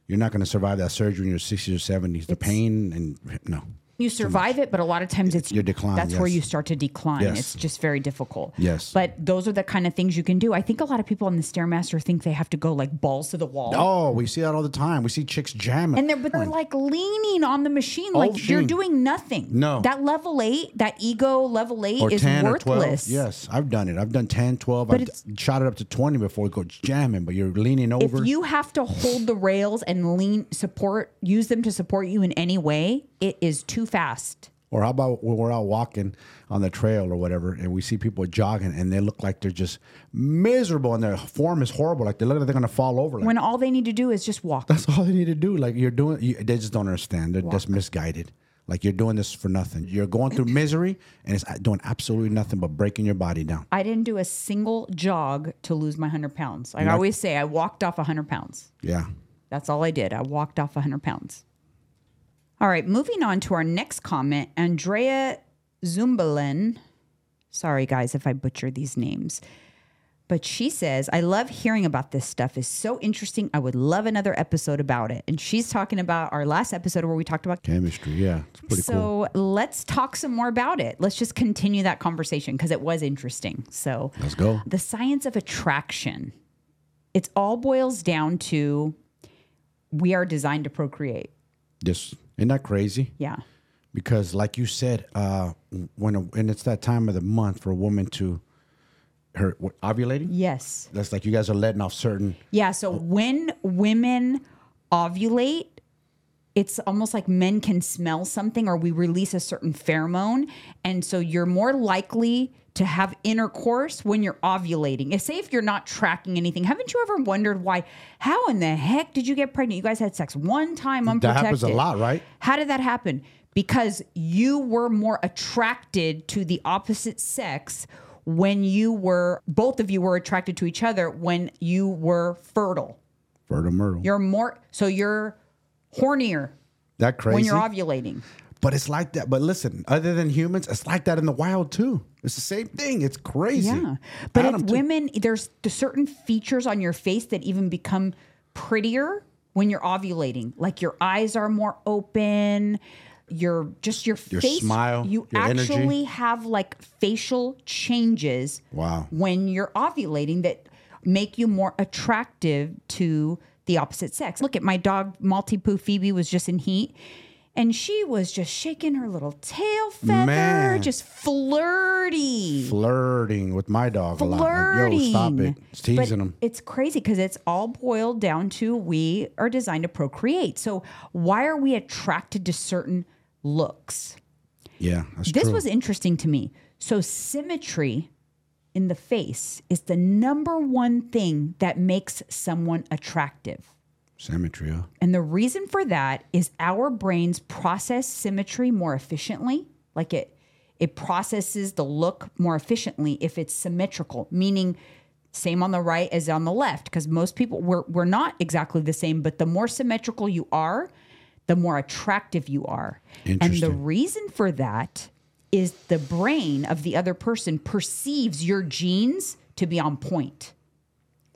Speaker 2: You're not going to survive that surgery in your 60s or 70s. The pain and no.
Speaker 1: You survive it, but a lot of times it's
Speaker 2: You decline,
Speaker 1: That's where
Speaker 2: yes.
Speaker 1: you start to decline.
Speaker 2: Yes.
Speaker 1: It's just very difficult.
Speaker 2: Yes.
Speaker 1: But those are the kind of things you can do. I think a lot of people on the stairmaster think they have to go like balls to the wall.
Speaker 2: Oh, we see that all the time. We see chicks jamming.
Speaker 1: And they're but they're like leaning on the machine, like you're
Speaker 2: shame.
Speaker 1: doing nothing.
Speaker 2: Oh, No.
Speaker 1: that level eight, that ego level eight
Speaker 2: or
Speaker 1: is
Speaker 2: 10
Speaker 1: worthless.
Speaker 2: or 12. Yes, I've done it. I've done 10, 12.
Speaker 1: But
Speaker 2: I've
Speaker 1: it's-
Speaker 2: d- shot it up to 20 before it goes jamming, but you're leaning
Speaker 1: If
Speaker 2: over.
Speaker 1: you have to hold the rails and lean support, use them to support you in any way, it is too fast.
Speaker 2: or how about when we're out walking on the trail or whatever, and we see people jogging and they look like they're just miserable and their form is horrible. Like they look like they're going to fall over. Like,
Speaker 1: When all they need to do is just walk.
Speaker 2: That's all they need to do. Like you're doing, you, they just don't understand. They're just misguided. Like you're doing this for nothing. You're going through misery, and it's uh, doing absolutely nothing but breaking your body down.
Speaker 1: I didn't do a single jog to lose my 100 pounds. I always say I walked off 100 pounds.
Speaker 2: Yeah.
Speaker 1: That's all I did. I walked off 100 pounds. All right, moving on to our next comment. Andrea Zumbalin. Sorry, guys, if I butcher these names. But she says, I love hearing about this stuff. It's so interesting. I would love another episode about it. And she's talking about our last episode where we talked about
Speaker 2: Chemistry. Yeah, it's pretty cool.
Speaker 1: so let's talk some more about it. Let's just continue that conversation because it was interesting. So
Speaker 2: Let's go.
Speaker 1: the science of attraction. It all boils down to we are designed to procreate.
Speaker 2: Just isn't that crazy?
Speaker 1: Yeah.
Speaker 2: Because like you said, uh, when a, and it's that time of the month for a woman to her what, ovulating.
Speaker 1: Yes.
Speaker 2: That's like you guys are letting off certain.
Speaker 1: Yeah. So when women ovulate, it's almost like men can smell something or we release a certain pheromone. And so you're more likely to have intercourse when you're ovulating. If, say if you're not tracking anything, haven't you ever wondered why, how in the heck did you get pregnant? You guys had sex one time
Speaker 2: That
Speaker 1: unprotected.
Speaker 2: happens a lot, right?
Speaker 1: How did that happen? Because you were more attracted to the opposite sex when you were, both of you were attracted to each other when you were fertile.
Speaker 2: Fertile Myrtle.
Speaker 1: You're more, so you're hornier
Speaker 2: That crazy.
Speaker 1: when you're ovulating.
Speaker 2: But it's like that. But listen, other than humans, it's like that in the wild too. It's the same thing. It's crazy.
Speaker 1: Yeah. But
Speaker 2: Adam,
Speaker 1: if
Speaker 2: too.
Speaker 1: women, there's the certain features on your face that even become prettier when you're ovulating. Like your eyes are more open, your just your,
Speaker 2: Your
Speaker 1: face
Speaker 2: smile,
Speaker 1: you
Speaker 2: your energy.
Speaker 1: actually have like facial changes
Speaker 2: Wow.
Speaker 1: when you're ovulating that make you more attractive to the opposite sex. Look at my dog Malty Poo Phoebe was just in heat and she was just shaking her little tail feather,
Speaker 2: Man.
Speaker 1: just flirty
Speaker 2: flirting with my dog a lot. Like,
Speaker 1: flirting.
Speaker 2: yo, stop it. It's
Speaker 1: But
Speaker 2: teasing him.
Speaker 1: It's crazy because it's all boiled down to we are designed to procreate. So why are we attracted to certain looks?
Speaker 2: Yeah, that's
Speaker 1: This
Speaker 2: true.
Speaker 1: was interesting to me. So symmetry in the face is the number one thing that makes someone attractive.
Speaker 2: Symmetry. huh?
Speaker 1: And the reason for that is our brains process symmetry more efficiently. Like it it processes the look more efficiently if it's symmetrical, meaning same on the right as on the left because most people we're we're not exactly the same, but the more symmetrical you are, the more attractive you are. And the
Speaker 2: Interesting.
Speaker 1: reason for that is the brain of the other person perceives your genes to be on point.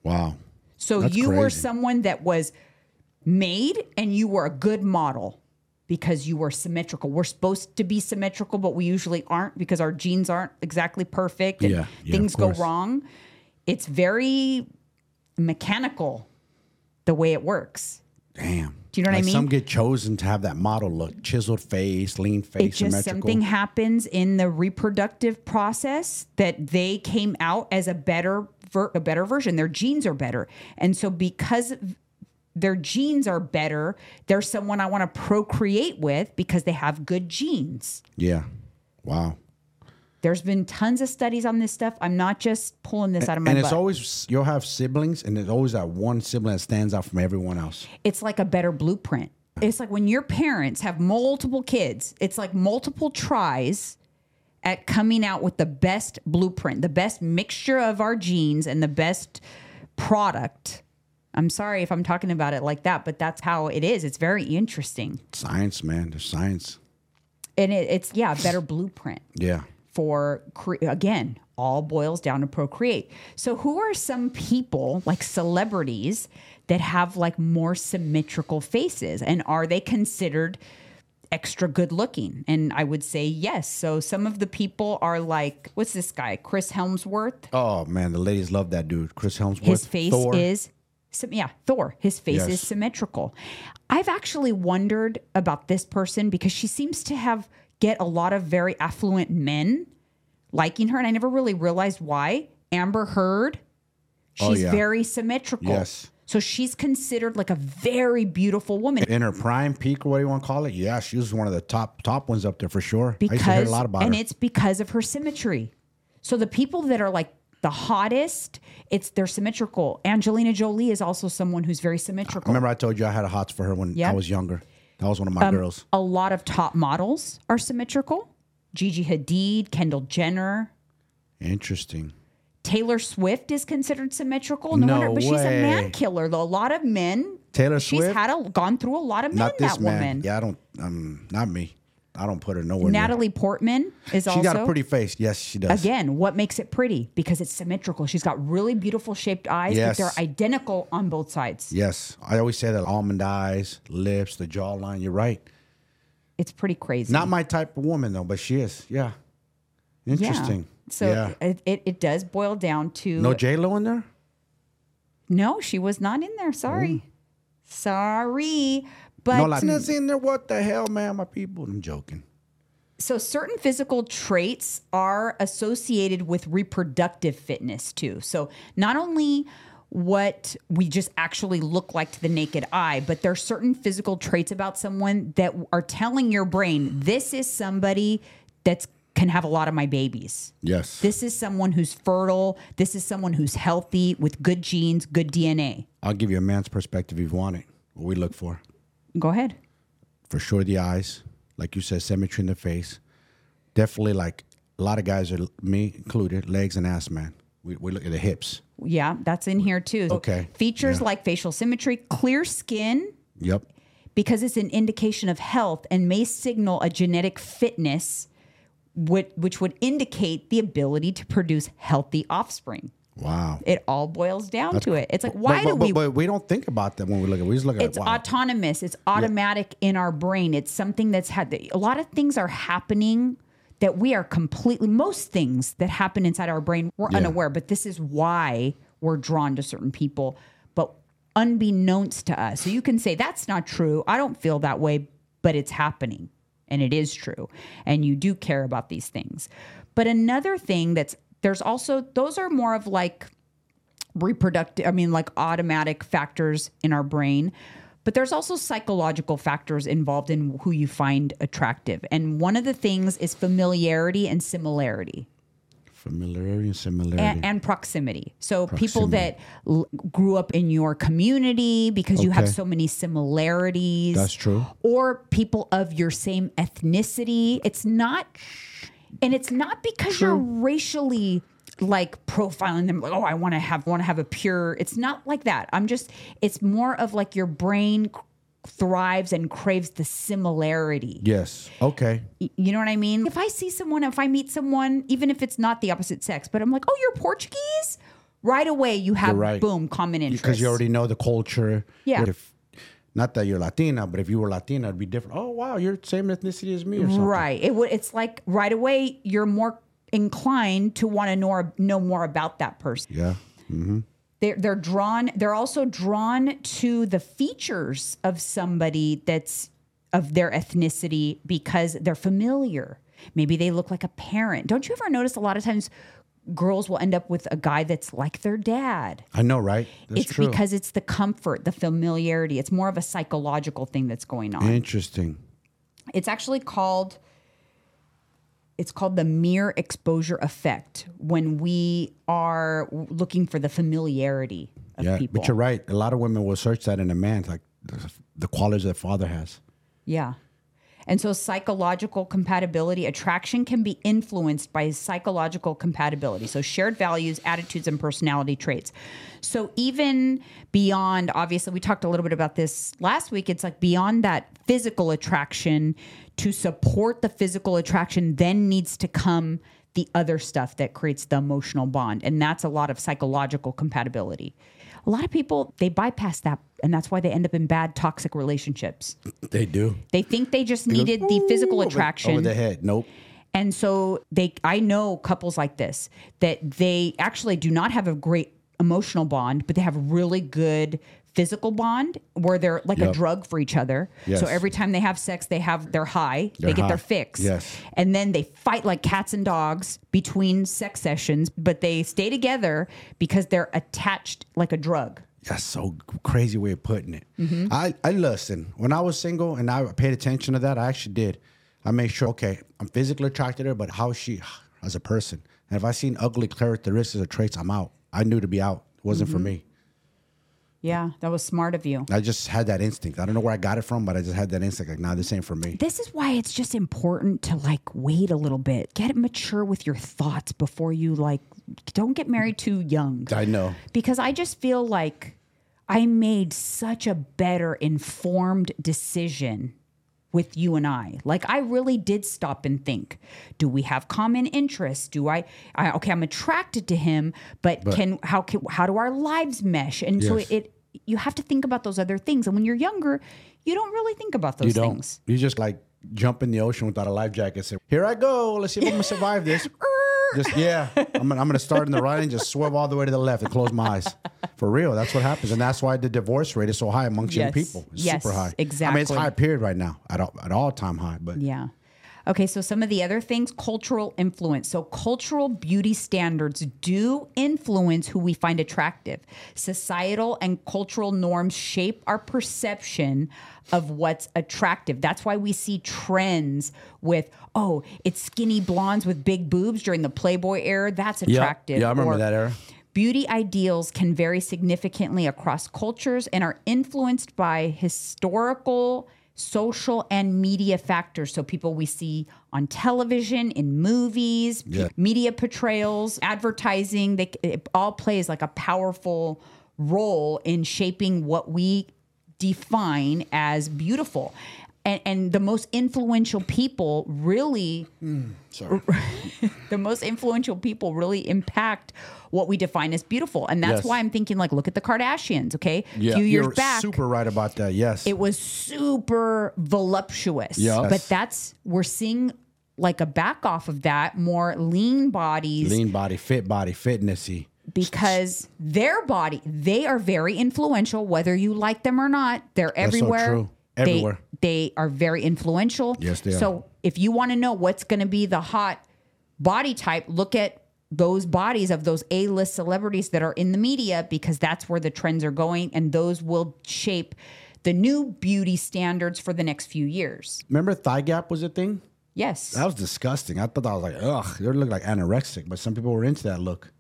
Speaker 2: Wow.
Speaker 1: So
Speaker 2: That's
Speaker 1: you were
Speaker 2: crazy.
Speaker 1: someone that was made and you were a good model because you were symmetrical. We're supposed to be symmetrical, but we usually aren't because our genes aren't exactly perfect and
Speaker 2: Yeah, yeah,
Speaker 1: things
Speaker 2: of
Speaker 1: go
Speaker 2: course.
Speaker 1: wrong. It's very mechanical the way it works.
Speaker 2: Damn.
Speaker 1: Do you know what I
Speaker 2: Like, Some
Speaker 1: mean?
Speaker 2: get chosen to have that model look, chiseled face, lean face,
Speaker 1: It just
Speaker 2: symmetrical.
Speaker 1: something happens in the reproductive process that they came out as a better ver- a better version. Their genes are better, and so because of- their genes are better, they're someone I want to procreate with because they have good genes.
Speaker 2: yeah. Wow.
Speaker 1: There's been tons of studies on this stuff. I'm not just pulling this out of my
Speaker 2: And
Speaker 1: butt.
Speaker 2: it's always you'll have siblings, and there's always that one sibling that stands out from everyone else.
Speaker 1: it's like a better blueprint. It's like when your parents have multiple kids, it's like multiple tries at coming out with the best blueprint, the best mixture of our genes and the best product. I'm sorry if I'm talking about it like that, but that's how it is. It's very interesting.
Speaker 2: Science, man. There's science.
Speaker 1: And it, it's, yeah, a better blueprint
Speaker 2: Yeah.
Speaker 1: for, cre- again, all boils down to procreate. So, who are some people, like celebrities, that have like more symmetrical faces? And are they considered extra good looking? And I would say yes. So, some of the people are like, what's this guy? Chris Helmsworth.
Speaker 2: Oh man, the ladies love that dude, Chris Helmsworth.
Speaker 1: His face
Speaker 2: Thor.
Speaker 1: is, sym- yeah, Thor. His face
Speaker 2: Yes.
Speaker 1: is symmetrical. I've actually wondered about this person because she seems to have get a lot of very affluent men liking her, and I never really realized why. Amber Heard, she's
Speaker 2: Oh, yeah.
Speaker 1: very symmetrical.
Speaker 2: Yes.
Speaker 1: So she's considered like a very beautiful woman.
Speaker 2: in her prime peak or what do you want to call it. Yeah, she was one of the top top ones up there for sure. I used to hear a lot about
Speaker 1: and
Speaker 2: her.
Speaker 1: it's because of her symmetry. So the people that are like the hottest, it's they're symmetrical. Angelina Jolie is also someone who's very symmetrical.
Speaker 2: Remember, I told you I had a hots for her when
Speaker 1: Yeah.
Speaker 2: I was younger. That was one of my
Speaker 1: Um,
Speaker 2: girls.
Speaker 1: a lot of top models are symmetrical. Gigi Hadid, Kendall Jenner,
Speaker 2: Interesting.
Speaker 1: Taylor Swift is considered symmetrical. No, wonder,
Speaker 2: No
Speaker 1: but she's a
Speaker 2: way.
Speaker 1: man killer. Though a lot of men,
Speaker 2: Taylor
Speaker 1: she's
Speaker 2: Swift?
Speaker 1: had a gone through a lot of men.
Speaker 2: Not this
Speaker 1: that
Speaker 2: man.
Speaker 1: woman,
Speaker 2: Yeah, I don't. Um, not me. I don't put her nowhere. near.
Speaker 1: Natalie Portman, is
Speaker 2: She
Speaker 1: also
Speaker 2: got a pretty face. Yes, she does.
Speaker 1: Again, what makes it pretty? Because it's symmetrical. She's got really beautiful shaped eyes, but
Speaker 2: Yes.
Speaker 1: they're identical on both sides.
Speaker 2: Yes, I always say that almond eyes, lips, the jawline. You're right.
Speaker 1: It's pretty crazy.
Speaker 2: Not my type of woman though, but she is. Yeah. Interesting.
Speaker 1: Yeah. So uh,
Speaker 2: yeah.
Speaker 1: It, it, it does boil down to
Speaker 2: no
Speaker 1: no,
Speaker 2: J Lo in there.
Speaker 1: she was not in there. Sorry. Sorry. But
Speaker 2: no Latinas in there. What the hell, man? My people. I'm joking.
Speaker 1: so certain physical traits are associated with reproductive fitness too. So not only what we just actually look like to the naked eye, but there are certain physical traits about someone that are telling your brain, this is somebody that's can have a lot of my babies.
Speaker 2: Yes.
Speaker 1: This is someone who's fertile. This is someone who's healthy with good genes, good DNA.
Speaker 2: I'll give you a man's perspective if you want it. What we look for.
Speaker 1: Go ahead.
Speaker 2: For sure, the eyes. Like you said, symmetry in the face. Definitely, like a lot of guys are, me included, legs and ass, man. We, we look at the hips.
Speaker 1: Yeah, that's in here too.
Speaker 2: Okay.
Speaker 1: Features like facial symmetry, clear skin,
Speaker 2: Yep.
Speaker 1: because it's an indication of health and may signal a genetic fitness, which, which would indicate the ability to produce healthy offspring.
Speaker 2: Wow.
Speaker 1: It all boils down to it. It's like, why
Speaker 2: but, but,
Speaker 1: do
Speaker 2: but,
Speaker 1: we?
Speaker 2: But we don't think about that when we look at. We just look at.
Speaker 1: it's
Speaker 2: it, wow.
Speaker 1: autonomous. It's automatic in our brain. It's something that's had a lot of things are happening that we are completely most things that happen inside our brain we're unaware. But this is why we're drawn to certain people, but unbeknownst to us. So you can say that's not true. I don't feel that way, but it's happening, and it is true, and you do care about these things. But another thing that's there's also those are more of like reproductive i mean like automatic factors in our brain but there's also psychological factors involved in who you find attractive and one of the things is familiarity and similarity
Speaker 2: familiarity and similarity.
Speaker 1: and, and proximity so people that l- grew up in your community because you have
Speaker 2: Okay.
Speaker 1: so many similarities
Speaker 2: That's true.
Speaker 1: or people of your same ethnicity it's not and it's not because you're racially like profiling them like oh i want to have want to have a pure it's not like that i'm just it's more of like your brain c- thrives and craves the similarity.
Speaker 2: Yes. Okay.
Speaker 1: Y- You know what I mean? If I see someone, if I meet someone, even if it's not the opposite sex, but I'm like, oh, you're Portuguese, right away you have
Speaker 2: You're right.
Speaker 1: boom common interest
Speaker 2: Because you already know the culture.
Speaker 1: Yeah.
Speaker 2: If, not that you're Latina, but if you were Latina, it'd be different. Oh wow, you're the same ethnicity as me or something.
Speaker 1: Right. It would. It's like right away you're more inclined to want to know know more about that person.
Speaker 2: Yeah.
Speaker 1: They're they're drawn. They're also drawn to the features of somebody that's of their ethnicity because they're familiar. Maybe they look like a parent. Don't you ever notice a lot of times girls will end up with a guy that's like their dad?
Speaker 2: I know, right? That's
Speaker 1: it's
Speaker 2: true.
Speaker 1: because it's the comfort, the familiarity. It's more of a psychological thing that's going on.
Speaker 2: Interesting.
Speaker 1: It's actually called it's called the mere exposure effect when we are looking for the familiarity of
Speaker 2: yeah.
Speaker 1: people.
Speaker 2: But you're right. A lot of women will search that in a man, like the- the qualities that father has.
Speaker 1: Yeah. And so psychological compatibility, attraction can be influenced by psychological compatibility. So shared values, attitudes, and personality traits. So even beyond, obviously, we talked a little bit about this last week. It's like beyond that physical attraction to support the physical attraction, then needs to come the other stuff that creates the emotional bond. And that's a lot of psychological compatibility. A lot of people, they bypass that, and that's why they end up in bad, toxic relationships.
Speaker 2: They do.
Speaker 1: They think they just needed the physical
Speaker 2: Over the
Speaker 1: attraction.
Speaker 2: head. Nope.
Speaker 1: And so they I know couples like this that they actually do not have a great emotional bond, but they have really good physical bond where they're like a
Speaker 2: Yep.
Speaker 1: drug for each other.
Speaker 2: Yes.
Speaker 1: So every time they have sex, they have their high,
Speaker 2: They're
Speaker 1: they get their
Speaker 2: high.
Speaker 1: fix.
Speaker 2: Yes.
Speaker 1: And then they fight like cats and dogs between sex sessions, but they stay together because they're attached like a drug.
Speaker 2: That's so crazy way of putting it. I, I listened. When I was single and I paid attention to that, I actually did. I made sure, okay, I'm physically attracted to her, but how is she as a person? And if I seen ugly characteristics or traits, I'm out. I knew to be out. It wasn't for me.
Speaker 1: Yeah, that was smart of you.
Speaker 2: I just had that instinct. I don't know where I got it from, but I just had that instinct. Like, nah, this ain't for me.
Speaker 1: this is why it's just important to like wait a little bit get mature with your thoughts before you like don't get married too young
Speaker 2: I know.
Speaker 1: because i just feel like i made such a better informed decision with you and i like i really did stop and think do we have common interests do i, I okay i'm attracted to him but, can how can how do our lives mesh and so
Speaker 2: Yes.
Speaker 1: it, you have to think about those other things and when you're younger you don't really think about those
Speaker 2: You don't.
Speaker 1: things
Speaker 2: You just like jump in the ocean without a life jacket. and Say, here I go. Let's see if I'm gonna survive this. just yeah, I'm gonna, I'm gonna start in the right and just swivel all the way to the left and close my eyes. For real, that's what happens, and that's why the divorce rate is so high amongst young
Speaker 1: Yes.
Speaker 2: people. It's
Speaker 1: Yes,
Speaker 2: super high. I mean, it's
Speaker 1: exactly.
Speaker 2: high period right now at all, at all time high. But
Speaker 1: Yeah. Okay, so some of the other things cultural influence. So, cultural beauty standards do influence who we find attractive. Societal and cultural norms shape our perception of what's attractive. That's why we see trends with, oh, it's skinny blondes with big boobs during the Playboy era. That's attractive.
Speaker 2: yeah, I remember
Speaker 1: Or
Speaker 2: that era.
Speaker 1: Beauty ideals can vary significantly across cultures and are influenced by historical, social, and media factors. So, people we see on television, in movies, pe-
Speaker 2: Yeah.
Speaker 1: media portrayals, advertising, they, it all plays like a powerful role in shaping what we define as beautiful. And, and the most influential people really
Speaker 2: sorry,
Speaker 1: the most influential people really impact what we define as beautiful. And that's
Speaker 2: Yes.
Speaker 1: why I'm thinking, like, look at the Kardashians, okay?
Speaker 2: yeah,
Speaker 1: A few years
Speaker 2: you're
Speaker 1: back,
Speaker 2: super right about that. Yes,
Speaker 1: it was super voluptuous.
Speaker 2: Yes.
Speaker 1: But that's, we're seeing like a back off of that, more lean bodies
Speaker 2: lean body, fit body, fitnessy.
Speaker 1: because their body, they are very influential, whether you like them or not. They're
Speaker 2: so
Speaker 1: everywhere.
Speaker 2: true.
Speaker 1: They-
Speaker 2: Everywhere.
Speaker 1: They, are very influential.
Speaker 2: Yes, they
Speaker 1: So
Speaker 2: are.
Speaker 1: if you want to know what's going to be the hot body type, look at those bodies of those A list celebrities that are in the media because that's where the trends are going and those will shape the new beauty standards for the next few years.
Speaker 2: Remember, thigh gap was a thing.
Speaker 1: Yes.
Speaker 2: That was disgusting. I thought I was like, ugh, they looked like anorexic, but some people were into that look.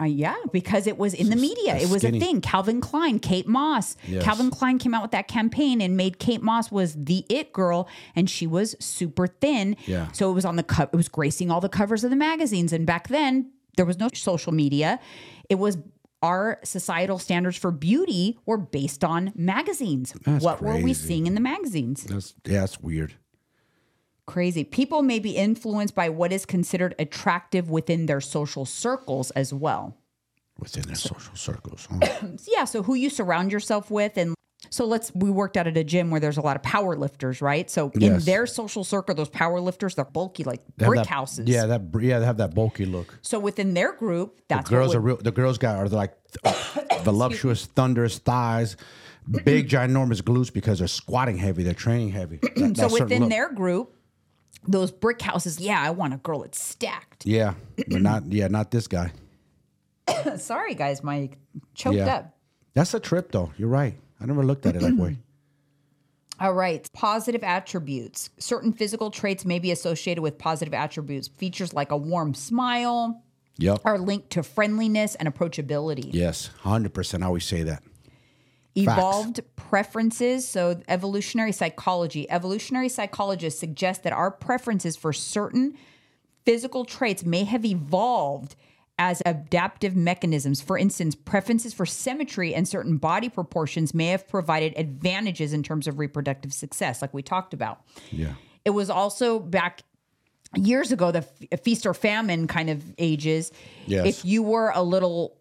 Speaker 1: Uh, yeah, because it was in the media. It was
Speaker 2: skinny.
Speaker 1: a thing. Calvin Klein, Kate Moss.
Speaker 2: Yes.
Speaker 1: Calvin Klein came out with that campaign and made Kate Moss was the it girl, and she was super thin.
Speaker 2: Yeah.
Speaker 1: So it was on the co- it was gracing all the covers of the magazines, and back then there was no social media. It was our societal standards for beauty were based on magazines.
Speaker 2: That's
Speaker 1: what were we
Speaker 2: crazy.
Speaker 1: seeing in the magazines?
Speaker 2: That's yeah, that's weird.
Speaker 1: Crazy. People may be influenced by what is considered attractive within their social circles as well.
Speaker 2: Within their social circles, huh?
Speaker 1: yeah so who you surround yourself with and so let's we worked out at a gym where there's a lot of power lifters right so in
Speaker 2: Yes.
Speaker 1: their social circle those power lifters they're bulky like
Speaker 2: They have
Speaker 1: brick
Speaker 2: that-
Speaker 1: houses
Speaker 2: Yeah, that br- yeah, they have that bulky look.
Speaker 1: so within their group that's
Speaker 2: girls
Speaker 1: what
Speaker 2: are
Speaker 1: would,
Speaker 2: real. The girls got are like voluptuous, thunderous thighs, big, ginormous glutes because they're squatting heavy, they're training heavy. That- that
Speaker 1: so
Speaker 2: certain
Speaker 1: within
Speaker 2: look.
Speaker 1: their group those brick houses yeah i want a girl that's stacked
Speaker 2: yeah, but not yeah, not this guy.
Speaker 1: sorry guys my choked
Speaker 2: Yeah,
Speaker 1: up
Speaker 2: that's a trip though. You're right. I never looked at it that way.
Speaker 1: All right. Positive attributes. Certain physical traits may be associated with positive attributes. Features like a warm smile
Speaker 2: Yep.
Speaker 1: are linked to friendliness and approachability.
Speaker 2: Yes, hundred percent. I always say that.
Speaker 1: evolved preferences so evolutionary psychology evolutionary psychologists suggest that our preferences for certain physical traits may have evolved as adaptive mechanisms for instance preferences for symmetry and certain body proportions may have provided advantages in terms of reproductive success like we talked about
Speaker 2: Yeah.
Speaker 1: it was also back years ago the f- feast or famine kind of ages
Speaker 2: Yes.
Speaker 1: if you were a little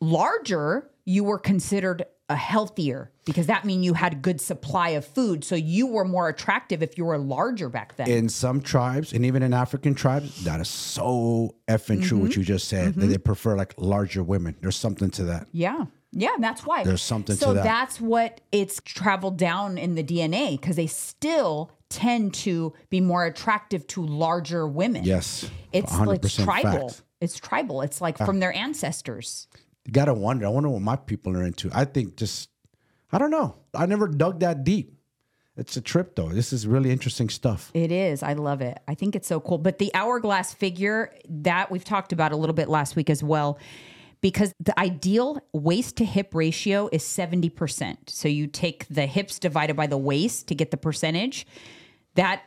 Speaker 1: larger you were considered a healthier because that mean you had a good supply of food so you were more attractive if you were larger back then
Speaker 2: in some tribes and even in African tribes, that is so effing true
Speaker 1: Mm-hmm.
Speaker 2: what you just said. That they prefer like larger women. There's something to that.
Speaker 1: yeah yeah that's why
Speaker 2: There's something
Speaker 1: so
Speaker 2: to that.
Speaker 1: that's what it's traveled down in the dna because they still tend to be more attractive to larger women
Speaker 2: Yes.
Speaker 1: it's, it's
Speaker 2: 100%
Speaker 1: tribal
Speaker 2: facts.
Speaker 1: it's tribal it's like
Speaker 2: Ah.
Speaker 1: from their ancestors
Speaker 2: You gotta wonder. I wonder what my people are into. I think just I don't know. I never dug that deep. It's a trip though. This is really interesting stuff.
Speaker 1: It is. I love it. I think it's so cool. But the hourglass figure that we've talked about a little bit last week as well, because the ideal waist to hip ratio is 70%. So you take the hips divided by the waist to get the percentage. That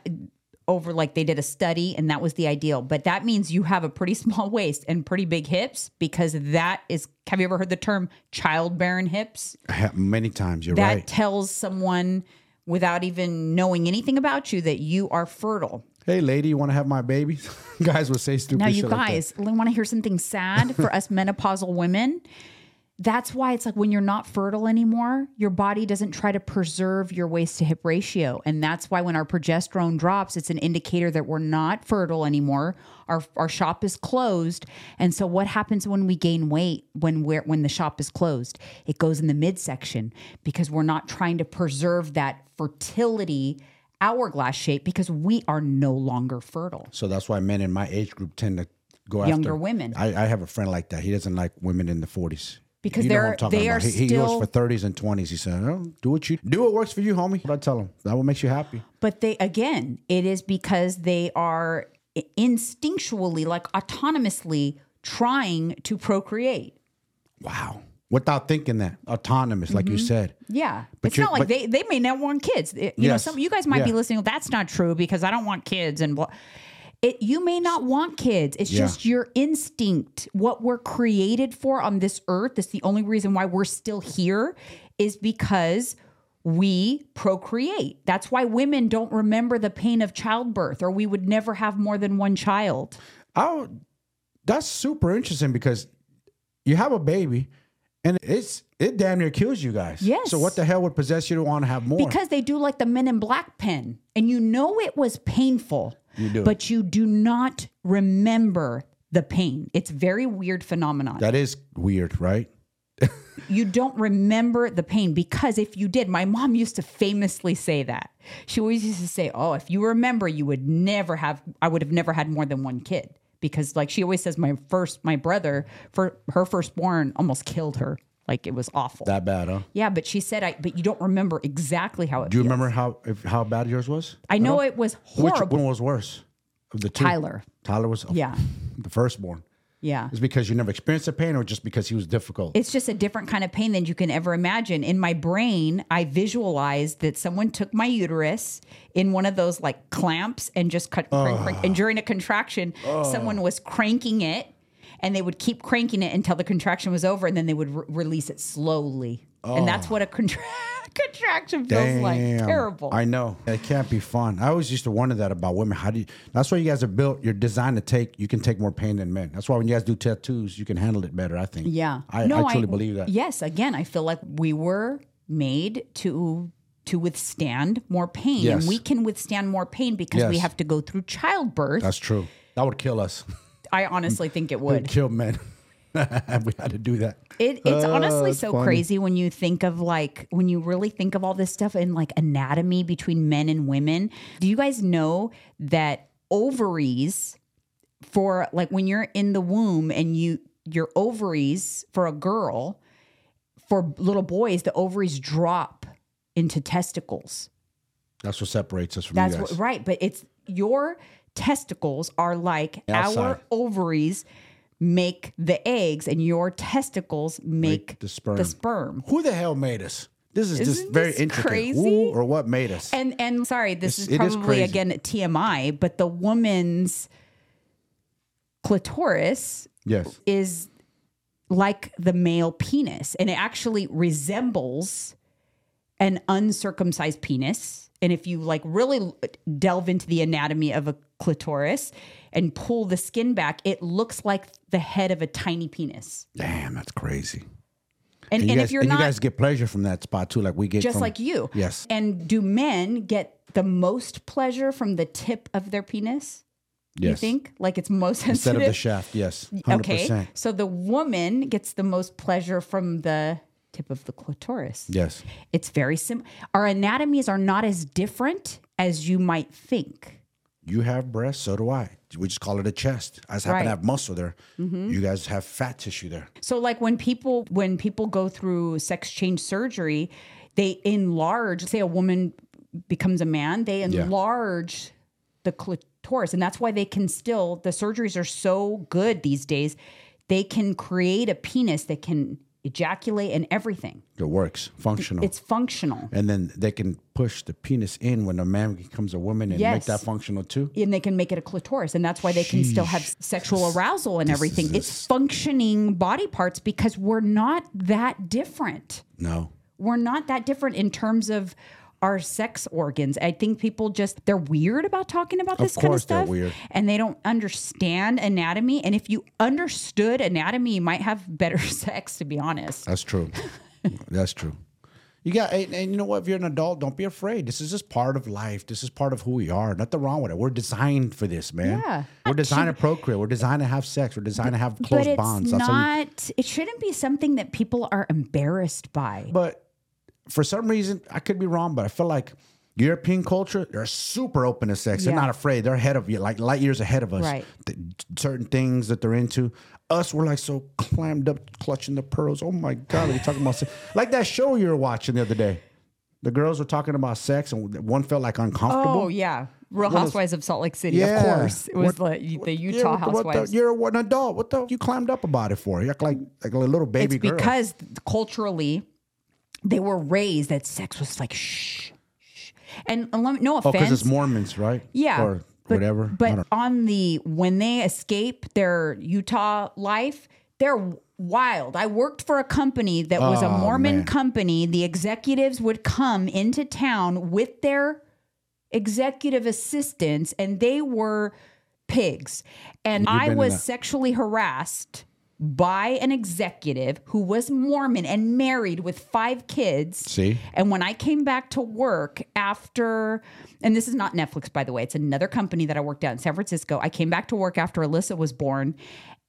Speaker 1: over like they did a study and that was the ideal. But that means you have a pretty small waist and pretty big hips because that is have you ever heard the term childbearing hips?
Speaker 2: I have- Many times, you're
Speaker 1: that
Speaker 2: right.
Speaker 1: tells someone without even knowing anything about you that you are fertile.
Speaker 2: Hey lady, you wanna have my baby? guys would say stupid
Speaker 1: Now,
Speaker 2: shit
Speaker 1: you
Speaker 2: like
Speaker 1: guys
Speaker 2: that.
Speaker 1: want to hear something sad for us menopausal women? That's why it's like when you're not fertile anymore, your body doesn't try to preserve your waist to hip ratio. And that's why when our progesterone drops, it's an indicator that we're not fertile anymore. Our, our shop is closed. And so what happens when we gain weight when we're when the shop is closed? It goes in the midsection because we're not trying to preserve that fertility hourglass shape because we are no longer fertile.
Speaker 2: So that's why men in my age group tend to go
Speaker 1: Younger
Speaker 2: after
Speaker 1: women.
Speaker 2: I, I have a friend like that. He doesn't like women in the forties
Speaker 1: Because
Speaker 2: you know
Speaker 1: they're-
Speaker 2: what I'm talking
Speaker 1: they are
Speaker 2: about. He, he
Speaker 1: still-
Speaker 2: goes for thirties and twenties. He said, "Oh, do what you do. What works for you, homie." But I tell him that what makes you happy.
Speaker 1: But they, again, it is because they are i- instinctually, like autonomously trying to procreate.
Speaker 2: Wow. Without thinking that autonomous, like you
Speaker 1: Mm-hmm.
Speaker 2: said.
Speaker 1: Yeah. it's
Speaker 2: you're-
Speaker 1: not like
Speaker 2: but-
Speaker 1: they, they may not want kids. It- you know,
Speaker 2: Yes.
Speaker 1: some you guys might be
Speaker 2: Yeah.
Speaker 1: listening, that's not true because I don't want kids and blah. It, you may not want kids. It's
Speaker 2: Yeah.
Speaker 1: just your instinct. What we're created for on this earth, that's the only reason why we're still here, is because we procreate. That's why women don't remember the pain of childbirth, or we would never have more than one child.
Speaker 2: Oh, that's super interesting because you have a baby, and it's it damn near kills you guys.
Speaker 1: Yes.
Speaker 2: So what the hell would possess you to want to have more?
Speaker 1: Because they do like the men in black pen, and you know it was painful, you do. but you do not remember the pain. It's very weird phenomenon.
Speaker 2: that is weird, right?
Speaker 1: you don't remember the pain because if you did, my mom used to famously say that. She always used to say, "Oh, if you remember, you would never have. I would have never had more than one kid." Because like she always says, my first, my brother, for her firstborn, almost killed her. Like it was awful.
Speaker 2: That bad, huh?
Speaker 1: yeah, but she said, "I." But you don't remember exactly how it.
Speaker 2: Do you
Speaker 1: feels.
Speaker 2: remember how if, how bad yours was?
Speaker 1: I know it was horrible.
Speaker 2: Which one was worse? Of the two?
Speaker 1: Tyler.
Speaker 2: Tyler was
Speaker 1: Yeah.
Speaker 2: the firstborn.
Speaker 1: Yeah.
Speaker 2: Is because you never experienced the pain, or just because he was difficult?
Speaker 1: It's just a different kind of pain than you can ever imagine. In my brain, I visualized that someone took my uterus in one of those like clamps and just cut, crank, crank. and during a contraction, someone was cranking it. and they would keep cranking it until the contraction was over, and then they would re- release it slowly. And that's what a contra- contraction feels like. Terrible.
Speaker 2: I know. It can't be fun. I always used to wonder that about women. How do you? That's why you guys are built. You're designed to take. You can take more pain than men. That's why when you guys do tattoos, you can handle it better. I think.
Speaker 1: yeah.
Speaker 2: I, I truly believe that.
Speaker 1: Yes. Again, I feel like we were made to to withstand more pain,
Speaker 2: Yes.
Speaker 1: and we can withstand more pain because we
Speaker 2: Yes.
Speaker 1: have to go through childbirth.
Speaker 2: That's true. That would kill us.
Speaker 1: I honestly think it
Speaker 2: It would
Speaker 1: would.
Speaker 2: kill men. we had to do that.
Speaker 1: It, it's honestly so
Speaker 2: Oh, funny.
Speaker 1: crazy when you think of like when you really think of all this stuff and like anatomy between men and women. Do you guys know that ovaries for like when you're in the womb and you your ovaries for a girl for little boys the ovaries drop into testicles.
Speaker 2: That's what separates us from
Speaker 1: That's
Speaker 2: you guys.
Speaker 1: what, right, but it's your testicles are like
Speaker 2: Outside.
Speaker 1: our ovaries make the eggs and your testicles make
Speaker 2: the sperm.
Speaker 1: the sperm.
Speaker 2: Who the hell made us? This is just
Speaker 1: Isn't
Speaker 2: very
Speaker 1: this
Speaker 2: intricate.
Speaker 1: crazy?
Speaker 2: Who or what made us?
Speaker 1: And and sorry, this is
Speaker 2: It's- it is
Speaker 1: probably
Speaker 2: crazy.
Speaker 1: again TMI, but the woman's clitoris
Speaker 2: yes.
Speaker 1: is like the male penis, and it actually resembles an uncircumcised penis. And if you like really delve into the anatomy of a clitoris and pull the skin back, it looks like the head of a tiny penis.
Speaker 2: Damn, that's crazy.
Speaker 1: And, and,
Speaker 2: you guys,
Speaker 1: if you're
Speaker 2: and
Speaker 1: not
Speaker 2: you guys get pleasure from that spot too, like we get
Speaker 1: just
Speaker 2: from-
Speaker 1: like you.
Speaker 2: Yes.
Speaker 1: And do men get the most pleasure from the tip of their penis?
Speaker 2: Yes.
Speaker 1: You think like it's most
Speaker 2: Instead
Speaker 1: sensitive.
Speaker 2: of the shaft, yes, hundred
Speaker 1: okay,
Speaker 2: percent.
Speaker 1: so the woman gets the most pleasure from the tip of the clitoris.
Speaker 2: Yes.
Speaker 1: It's very simple. Our anatomies are not as different as you might think.
Speaker 2: You have breasts, so do I. We just call it a chest. I just happen
Speaker 1: Right. Mm-hmm.
Speaker 2: to have muscle there. You guys have fat tissue there.
Speaker 1: So like when people when people go through sex change surgery, they enlarge, say a woman becomes a man, they enlarge the clitoris and that's why they can still the surgeries are so good these days. They can create a penis that can ejaculate and everything.
Speaker 2: It works, functional.
Speaker 1: It's functional.
Speaker 2: and then they can push the penis in when a man becomes a woman and make
Speaker 1: Yes.
Speaker 2: that functional too.
Speaker 1: And they can make it a clitoris, and that's why they can still have sexual arousal and everything. It's functioning body parts because we're not that different.
Speaker 2: No.
Speaker 1: we're not that different in terms of our sex organs. I think people just they're weird about talking about this kind of
Speaker 2: course they're
Speaker 1: stuff
Speaker 2: weird.
Speaker 1: and they don't understand anatomy and if you understood anatomy you might have better sex to be honest.
Speaker 2: That's true. That's true. You got, and, and you know what? If you're an adult, don't be afraid. This is just part of life. This is part of who we are. Nothing wrong with it. We're designed for this, man.
Speaker 1: Yeah.
Speaker 2: We're designed to procreate. We're designed to have sex. We're designed to have close
Speaker 1: but it's
Speaker 2: bonds. That's how you-
Speaker 1: not it shouldn't be something that people are embarrassed by.
Speaker 2: but for some reason, I could be wrong, but I feel like European culture, they're super open to sex. They're
Speaker 1: Yeah.
Speaker 2: not afraid. They're ahead of you, like light years ahead of us.
Speaker 1: Right.
Speaker 2: Th- certain things that they're into. Us, we're like so clammed up, clutching the pearls. Oh my God, are you talking about sex? Like that show you were watching the other day. The girls were talking about sex, and one felt like uncomfortable.
Speaker 1: Oh yeah. Real Housewives of Salt Lake City,
Speaker 2: Yeah.
Speaker 1: of course. It was
Speaker 2: What-
Speaker 1: the, the
Speaker 2: Yeah,
Speaker 1: Utah
Speaker 2: what the- what the-
Speaker 1: Housewives.
Speaker 2: you're an adult. What the? You clammed up about it for? You're like like a little baby
Speaker 1: it's
Speaker 2: girl.
Speaker 1: because culturally they were raised that sex was like shh, shh. and and let me- no
Speaker 2: oh, because
Speaker 1: offense
Speaker 2: it's Mormons, right?
Speaker 1: yeah
Speaker 2: or
Speaker 1: but,
Speaker 2: whatever. I don't
Speaker 1: but on the when they escape their utah life they're wild i worked for a company that was a
Speaker 2: Oh,
Speaker 1: mormon
Speaker 2: man.
Speaker 1: company the executives would come into town with their executive assistants and they were pigs and i
Speaker 2: been in
Speaker 1: was
Speaker 2: that.
Speaker 1: sexually harassed by an executive who was mormon and married with five kids
Speaker 2: See?
Speaker 1: and when I came back to work after, and this is not Netflix, by the way, it's another company that I worked at in San Francisco. I came back to work after Alyssa was born,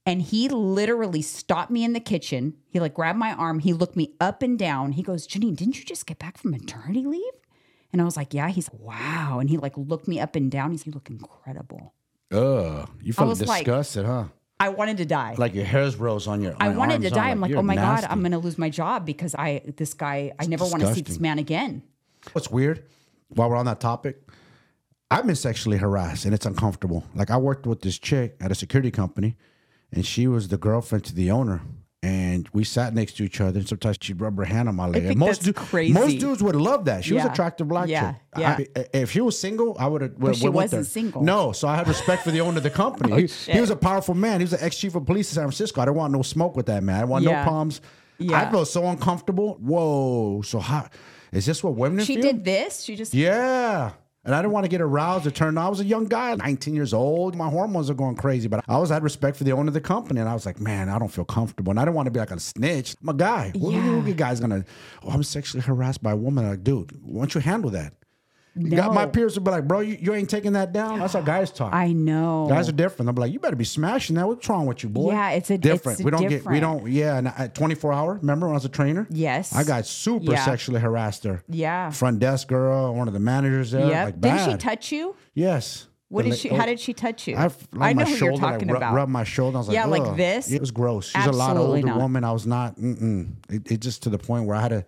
Speaker 1: and he literally stopped me in the kitchen. He like grabbed my arm, he looked me up and down. He goes, Janine, didn't you just get back from maternity leave? And I was like, Yeah. He's like, Wow. And he like looked me up and down. He's like, You look incredible.
Speaker 2: Ugh, you felt
Speaker 1: was like-
Speaker 2: disgusted, huh?
Speaker 1: I wanted to die.
Speaker 2: Like your hairs rose on your.
Speaker 1: I wanted to die. I'm like, oh my God, I'm gonna lose my job because I this guy, I never want to see this
Speaker 2: disgusting.
Speaker 1: man again.
Speaker 2: What's weird? While we're on that topic, I've been sexually harassed and it's uncomfortable. Like I worked with this chick at a security company, and she was the girlfriend to the owner, and and we sat next to each other, and sometimes she'd rub her hand on my leg.
Speaker 1: think
Speaker 2: And most
Speaker 1: that's crazy.
Speaker 2: most dudes would love that. She was
Speaker 1: Yeah.
Speaker 2: an attractive black
Speaker 1: Yeah.
Speaker 2: chick.
Speaker 1: Yeah.
Speaker 2: I- if she was single, I would have. But
Speaker 1: she wasn't single. Oh,
Speaker 2: No, so I had respect for the owner of the company. he,
Speaker 1: shit.
Speaker 2: he was a powerful man. He was the ex chief of police in San Francisco. I didn't want no smoke with that man. I didn't want
Speaker 1: Yeah.
Speaker 2: no palms.
Speaker 1: Yeah.
Speaker 2: I felt so uncomfortable. Whoa, so hot. Is this what women
Speaker 1: She
Speaker 2: feel?
Speaker 1: did this. She just
Speaker 2: Yeah. And I didn't want to get aroused or turned on. I was a young guy, 19 years old. My hormones are going crazy, but I always had respect for the owner of the company. And I was like, man, I don't feel comfortable. And I didn't want to be like a snitch. I'm a guy. What
Speaker 1: Yeah.
Speaker 2: yeah. guy's going to, oh, I'm sexually harassed by a woman. Like, dude, why don't you handle that? You Got my
Speaker 1: No.
Speaker 2: peers would be like, bro, you, you ain't taking that down. That's how guys talk.
Speaker 1: I know.
Speaker 2: Guys are different. I'm like, you better be smashing that. What's wrong with you, boy?
Speaker 1: Yeah, it's a- it's
Speaker 2: different. we don't get, we
Speaker 1: different.
Speaker 2: don't, yeah. And at 24 hour, remember when I was a trainer?
Speaker 1: Yes.
Speaker 2: I got super
Speaker 1: Yeah.
Speaker 2: sexually harassed there.
Speaker 1: Yeah.
Speaker 2: Front desk girl, one of the managers there.
Speaker 1: Yep.
Speaker 2: Like,
Speaker 1: Didn't she
Speaker 2: bad.
Speaker 1: touch you?
Speaker 2: Yes.
Speaker 1: What did
Speaker 2: The la-
Speaker 1: she? How did she touch you?
Speaker 2: I, f- like
Speaker 1: know
Speaker 2: my
Speaker 1: who
Speaker 2: shoulder,
Speaker 1: you're talking
Speaker 2: like, ru-
Speaker 1: about.
Speaker 2: Rubbed my shoulder. I was like,
Speaker 1: Yeah, like
Speaker 2: "Ugh."
Speaker 1: this?
Speaker 2: It was gross. She's a lot
Speaker 1: Absolutely
Speaker 2: older
Speaker 1: not.
Speaker 2: woman. I was not. Mm-mm. It, it just to the point where I had a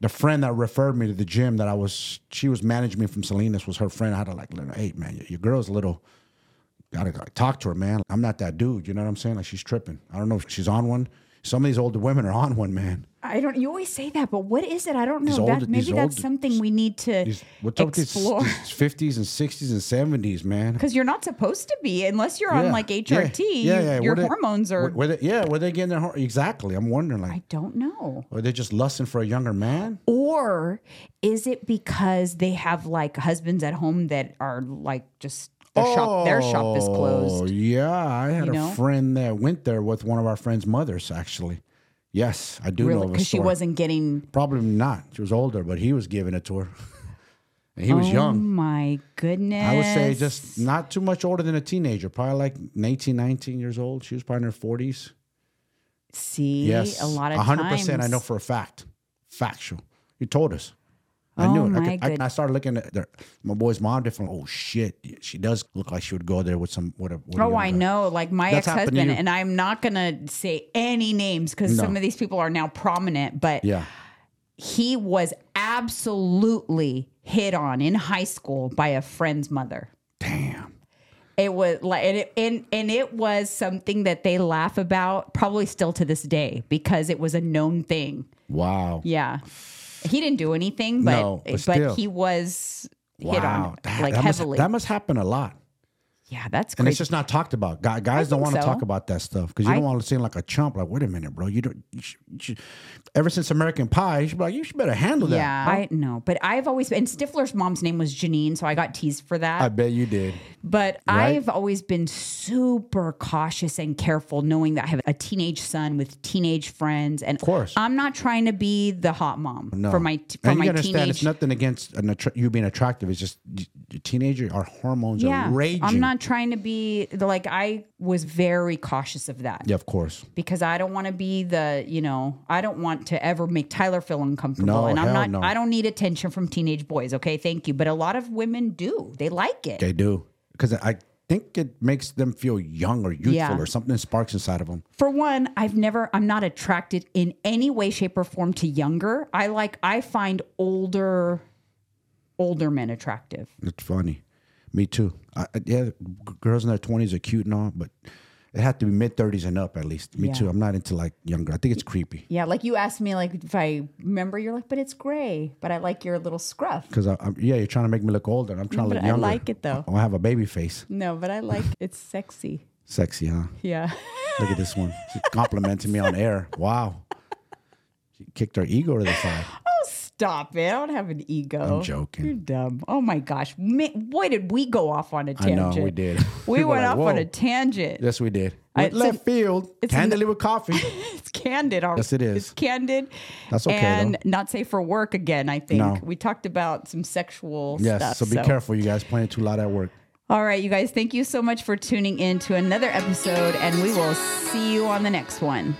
Speaker 2: the friend that referred me to the gym that I was. She was managing me from Salinas. Was her friend? I had to like, let her, hey man, your, your girl's a little. Gotta go- talk to her, man. I'm not that dude. You know what I'm saying? Like she's tripping. I don't know if she's on one. Some of these older women are on one, man.
Speaker 1: I don't. You always say that, but what is it? I don't know.
Speaker 2: These
Speaker 1: that,
Speaker 2: old-
Speaker 1: maybe
Speaker 2: these
Speaker 1: that's
Speaker 2: old-
Speaker 1: something we need to
Speaker 2: These, what's up with these,
Speaker 1: explore.
Speaker 2: these 50s and 60s and 70s, man?
Speaker 1: Because you're not supposed to be unless you're on
Speaker 2: Yeah.
Speaker 1: like
Speaker 2: Yeah.
Speaker 1: HRT.
Speaker 2: Yeah,
Speaker 1: you-
Speaker 2: yeah.
Speaker 1: Your
Speaker 2: Were they-
Speaker 1: hormones are.
Speaker 2: were- were they- yeah, were they getting their hormones? Exactly. I'm wondering, like,
Speaker 1: I don't know.
Speaker 2: are they just lusting for a younger man?
Speaker 1: Or is it because they have like husbands at home that are like just their shop? Their shop is
Speaker 2: Oh,
Speaker 1: closed.
Speaker 2: yeah. I had
Speaker 1: You
Speaker 2: a
Speaker 1: know?
Speaker 2: friend that went there with one of our friend's mothers, actually. Yes, I do know
Speaker 1: Really,
Speaker 2: of a
Speaker 1: because she
Speaker 2: story.
Speaker 1: wasn't getting.
Speaker 2: Probably not. She was older, but he was giving it to her. and he was
Speaker 1: Oh
Speaker 2: young.
Speaker 1: my goodness!
Speaker 2: I would say just not too much older than a teenager, probably like 18, 19 years old. She was probably in her 40s.
Speaker 1: see
Speaker 2: Yes,
Speaker 1: a lot of
Speaker 2: 100%. I
Speaker 1: times-
Speaker 2: know for a fact, factual. You told us. I
Speaker 1: Oh
Speaker 2: knew it. I,
Speaker 1: my
Speaker 2: could- I-
Speaker 1: good-
Speaker 2: I started looking at their, my boy's mom different. Oh shit, she does look like she would go there with some with a. With a
Speaker 1: Oh, I
Speaker 2: younger-
Speaker 1: know. Like my ex
Speaker 2: That's happened to
Speaker 1: husband,
Speaker 2: you?
Speaker 1: and I'm not going to say any names because
Speaker 2: No.
Speaker 1: some of these people are now prominent, but
Speaker 2: Yeah,
Speaker 1: he was absolutely hit on in high school by a friend's mother.
Speaker 2: damn.
Speaker 1: It was like, and it, and, and it was something that they laugh about probably still to this day because it was a known thing.
Speaker 2: Wow.
Speaker 1: Yeah. He didn't do anything, but,
Speaker 2: No, but
Speaker 1: but,
Speaker 2: still.
Speaker 1: he was hit
Speaker 2: Wow.
Speaker 1: on
Speaker 2: That,
Speaker 1: like
Speaker 2: that must-
Speaker 1: heavily.
Speaker 2: that must happen a lot,
Speaker 1: yeah, that's
Speaker 2: and it's
Speaker 1: crazy.
Speaker 2: just not talked about. Guy- Guys don't
Speaker 1: think
Speaker 2: want to
Speaker 1: so.
Speaker 2: talk about that stuff because you don't want to seem like a chump. Like, wait a minute, bro. You don't. You should, you should- ever since American Pie, you should be like, you should better handle that.
Speaker 1: yeah, I know, but I've always been. And Stifler's mom's name was Janine, so I got teased for that.
Speaker 2: I bet you did.
Speaker 1: But I've always been super cautious and careful, knowing that I have a teenage son with teenage friends, and of
Speaker 2: course.
Speaker 1: I'm not trying to be the hot mom for my for
Speaker 2: and
Speaker 1: my
Speaker 2: you understand it's
Speaker 1: teenage.
Speaker 2: nothing against an attra- you being attractive. It's just y- y- teenager. Our hormones
Speaker 1: yeah,
Speaker 2: are raging.
Speaker 1: I'm not trying to be the- like I was very cautious of that
Speaker 2: Yeah, of course.
Speaker 1: because I don't want to be the you know I don't want to ever make Tyler feel uncomfortable,
Speaker 2: No,
Speaker 1: and I'm
Speaker 2: hell
Speaker 1: not
Speaker 2: no.
Speaker 1: I don't need attention from teenage boys. Okay, thank you, but a lot of women do. They like it.
Speaker 2: They do because I think it makes them feel young or youthful
Speaker 1: Yeah.
Speaker 2: or something sparks inside of them.
Speaker 1: for one, I've never, I'm not attracted in any way, shape, or form to younger. I like, I find older, older men attractive.
Speaker 2: It's funny. Me too. I, I- yeah, g- girls in their twenties are cute and all, but it had to be mid thirties and up at least. Me
Speaker 1: Yeah.
Speaker 2: too. I'm not into like younger. I think it's creepy
Speaker 1: Yeah, like you asked me, like if I remember, you're like, but it's gray, but I like your little scruff.
Speaker 2: because I, am yeah, you're trying to make me look older. and I'm trying
Speaker 1: But
Speaker 2: to look
Speaker 1: I
Speaker 2: younger. Oh,
Speaker 1: like it though.
Speaker 2: I have a baby face.
Speaker 1: No, but I like it's sexy.
Speaker 2: Sexy, huh?
Speaker 1: Yeah.
Speaker 2: Look at this one. She complimented me on air. Wow. She kicked her ego to the side.
Speaker 1: Oh, stop it! I don't have an ego.
Speaker 2: I'm joking.
Speaker 1: You're dumb. Oh my gosh, Ma- boy, did we go off on a
Speaker 2: I
Speaker 1: tangent?
Speaker 2: know we did.
Speaker 1: We
Speaker 2: People
Speaker 1: went
Speaker 2: like,
Speaker 1: off on
Speaker 2: "Whoa."
Speaker 1: a tangent.
Speaker 2: Yes, we did.
Speaker 1: I-
Speaker 2: Went
Speaker 1: it's
Speaker 2: left field,
Speaker 1: it's an-
Speaker 2: handily with coffee.
Speaker 1: It's candid. All
Speaker 2: Yes, it is.
Speaker 1: It's candid.
Speaker 2: That's okay, though.
Speaker 1: And not safe for work again. I think
Speaker 2: No.
Speaker 1: we talked about some sexual
Speaker 2: Yes,
Speaker 1: stuff.
Speaker 2: so be careful, you guys. Playing too loud at work.
Speaker 1: All right, you guys. Thank you so much for tuning in to another episode, and we will see you on the next one.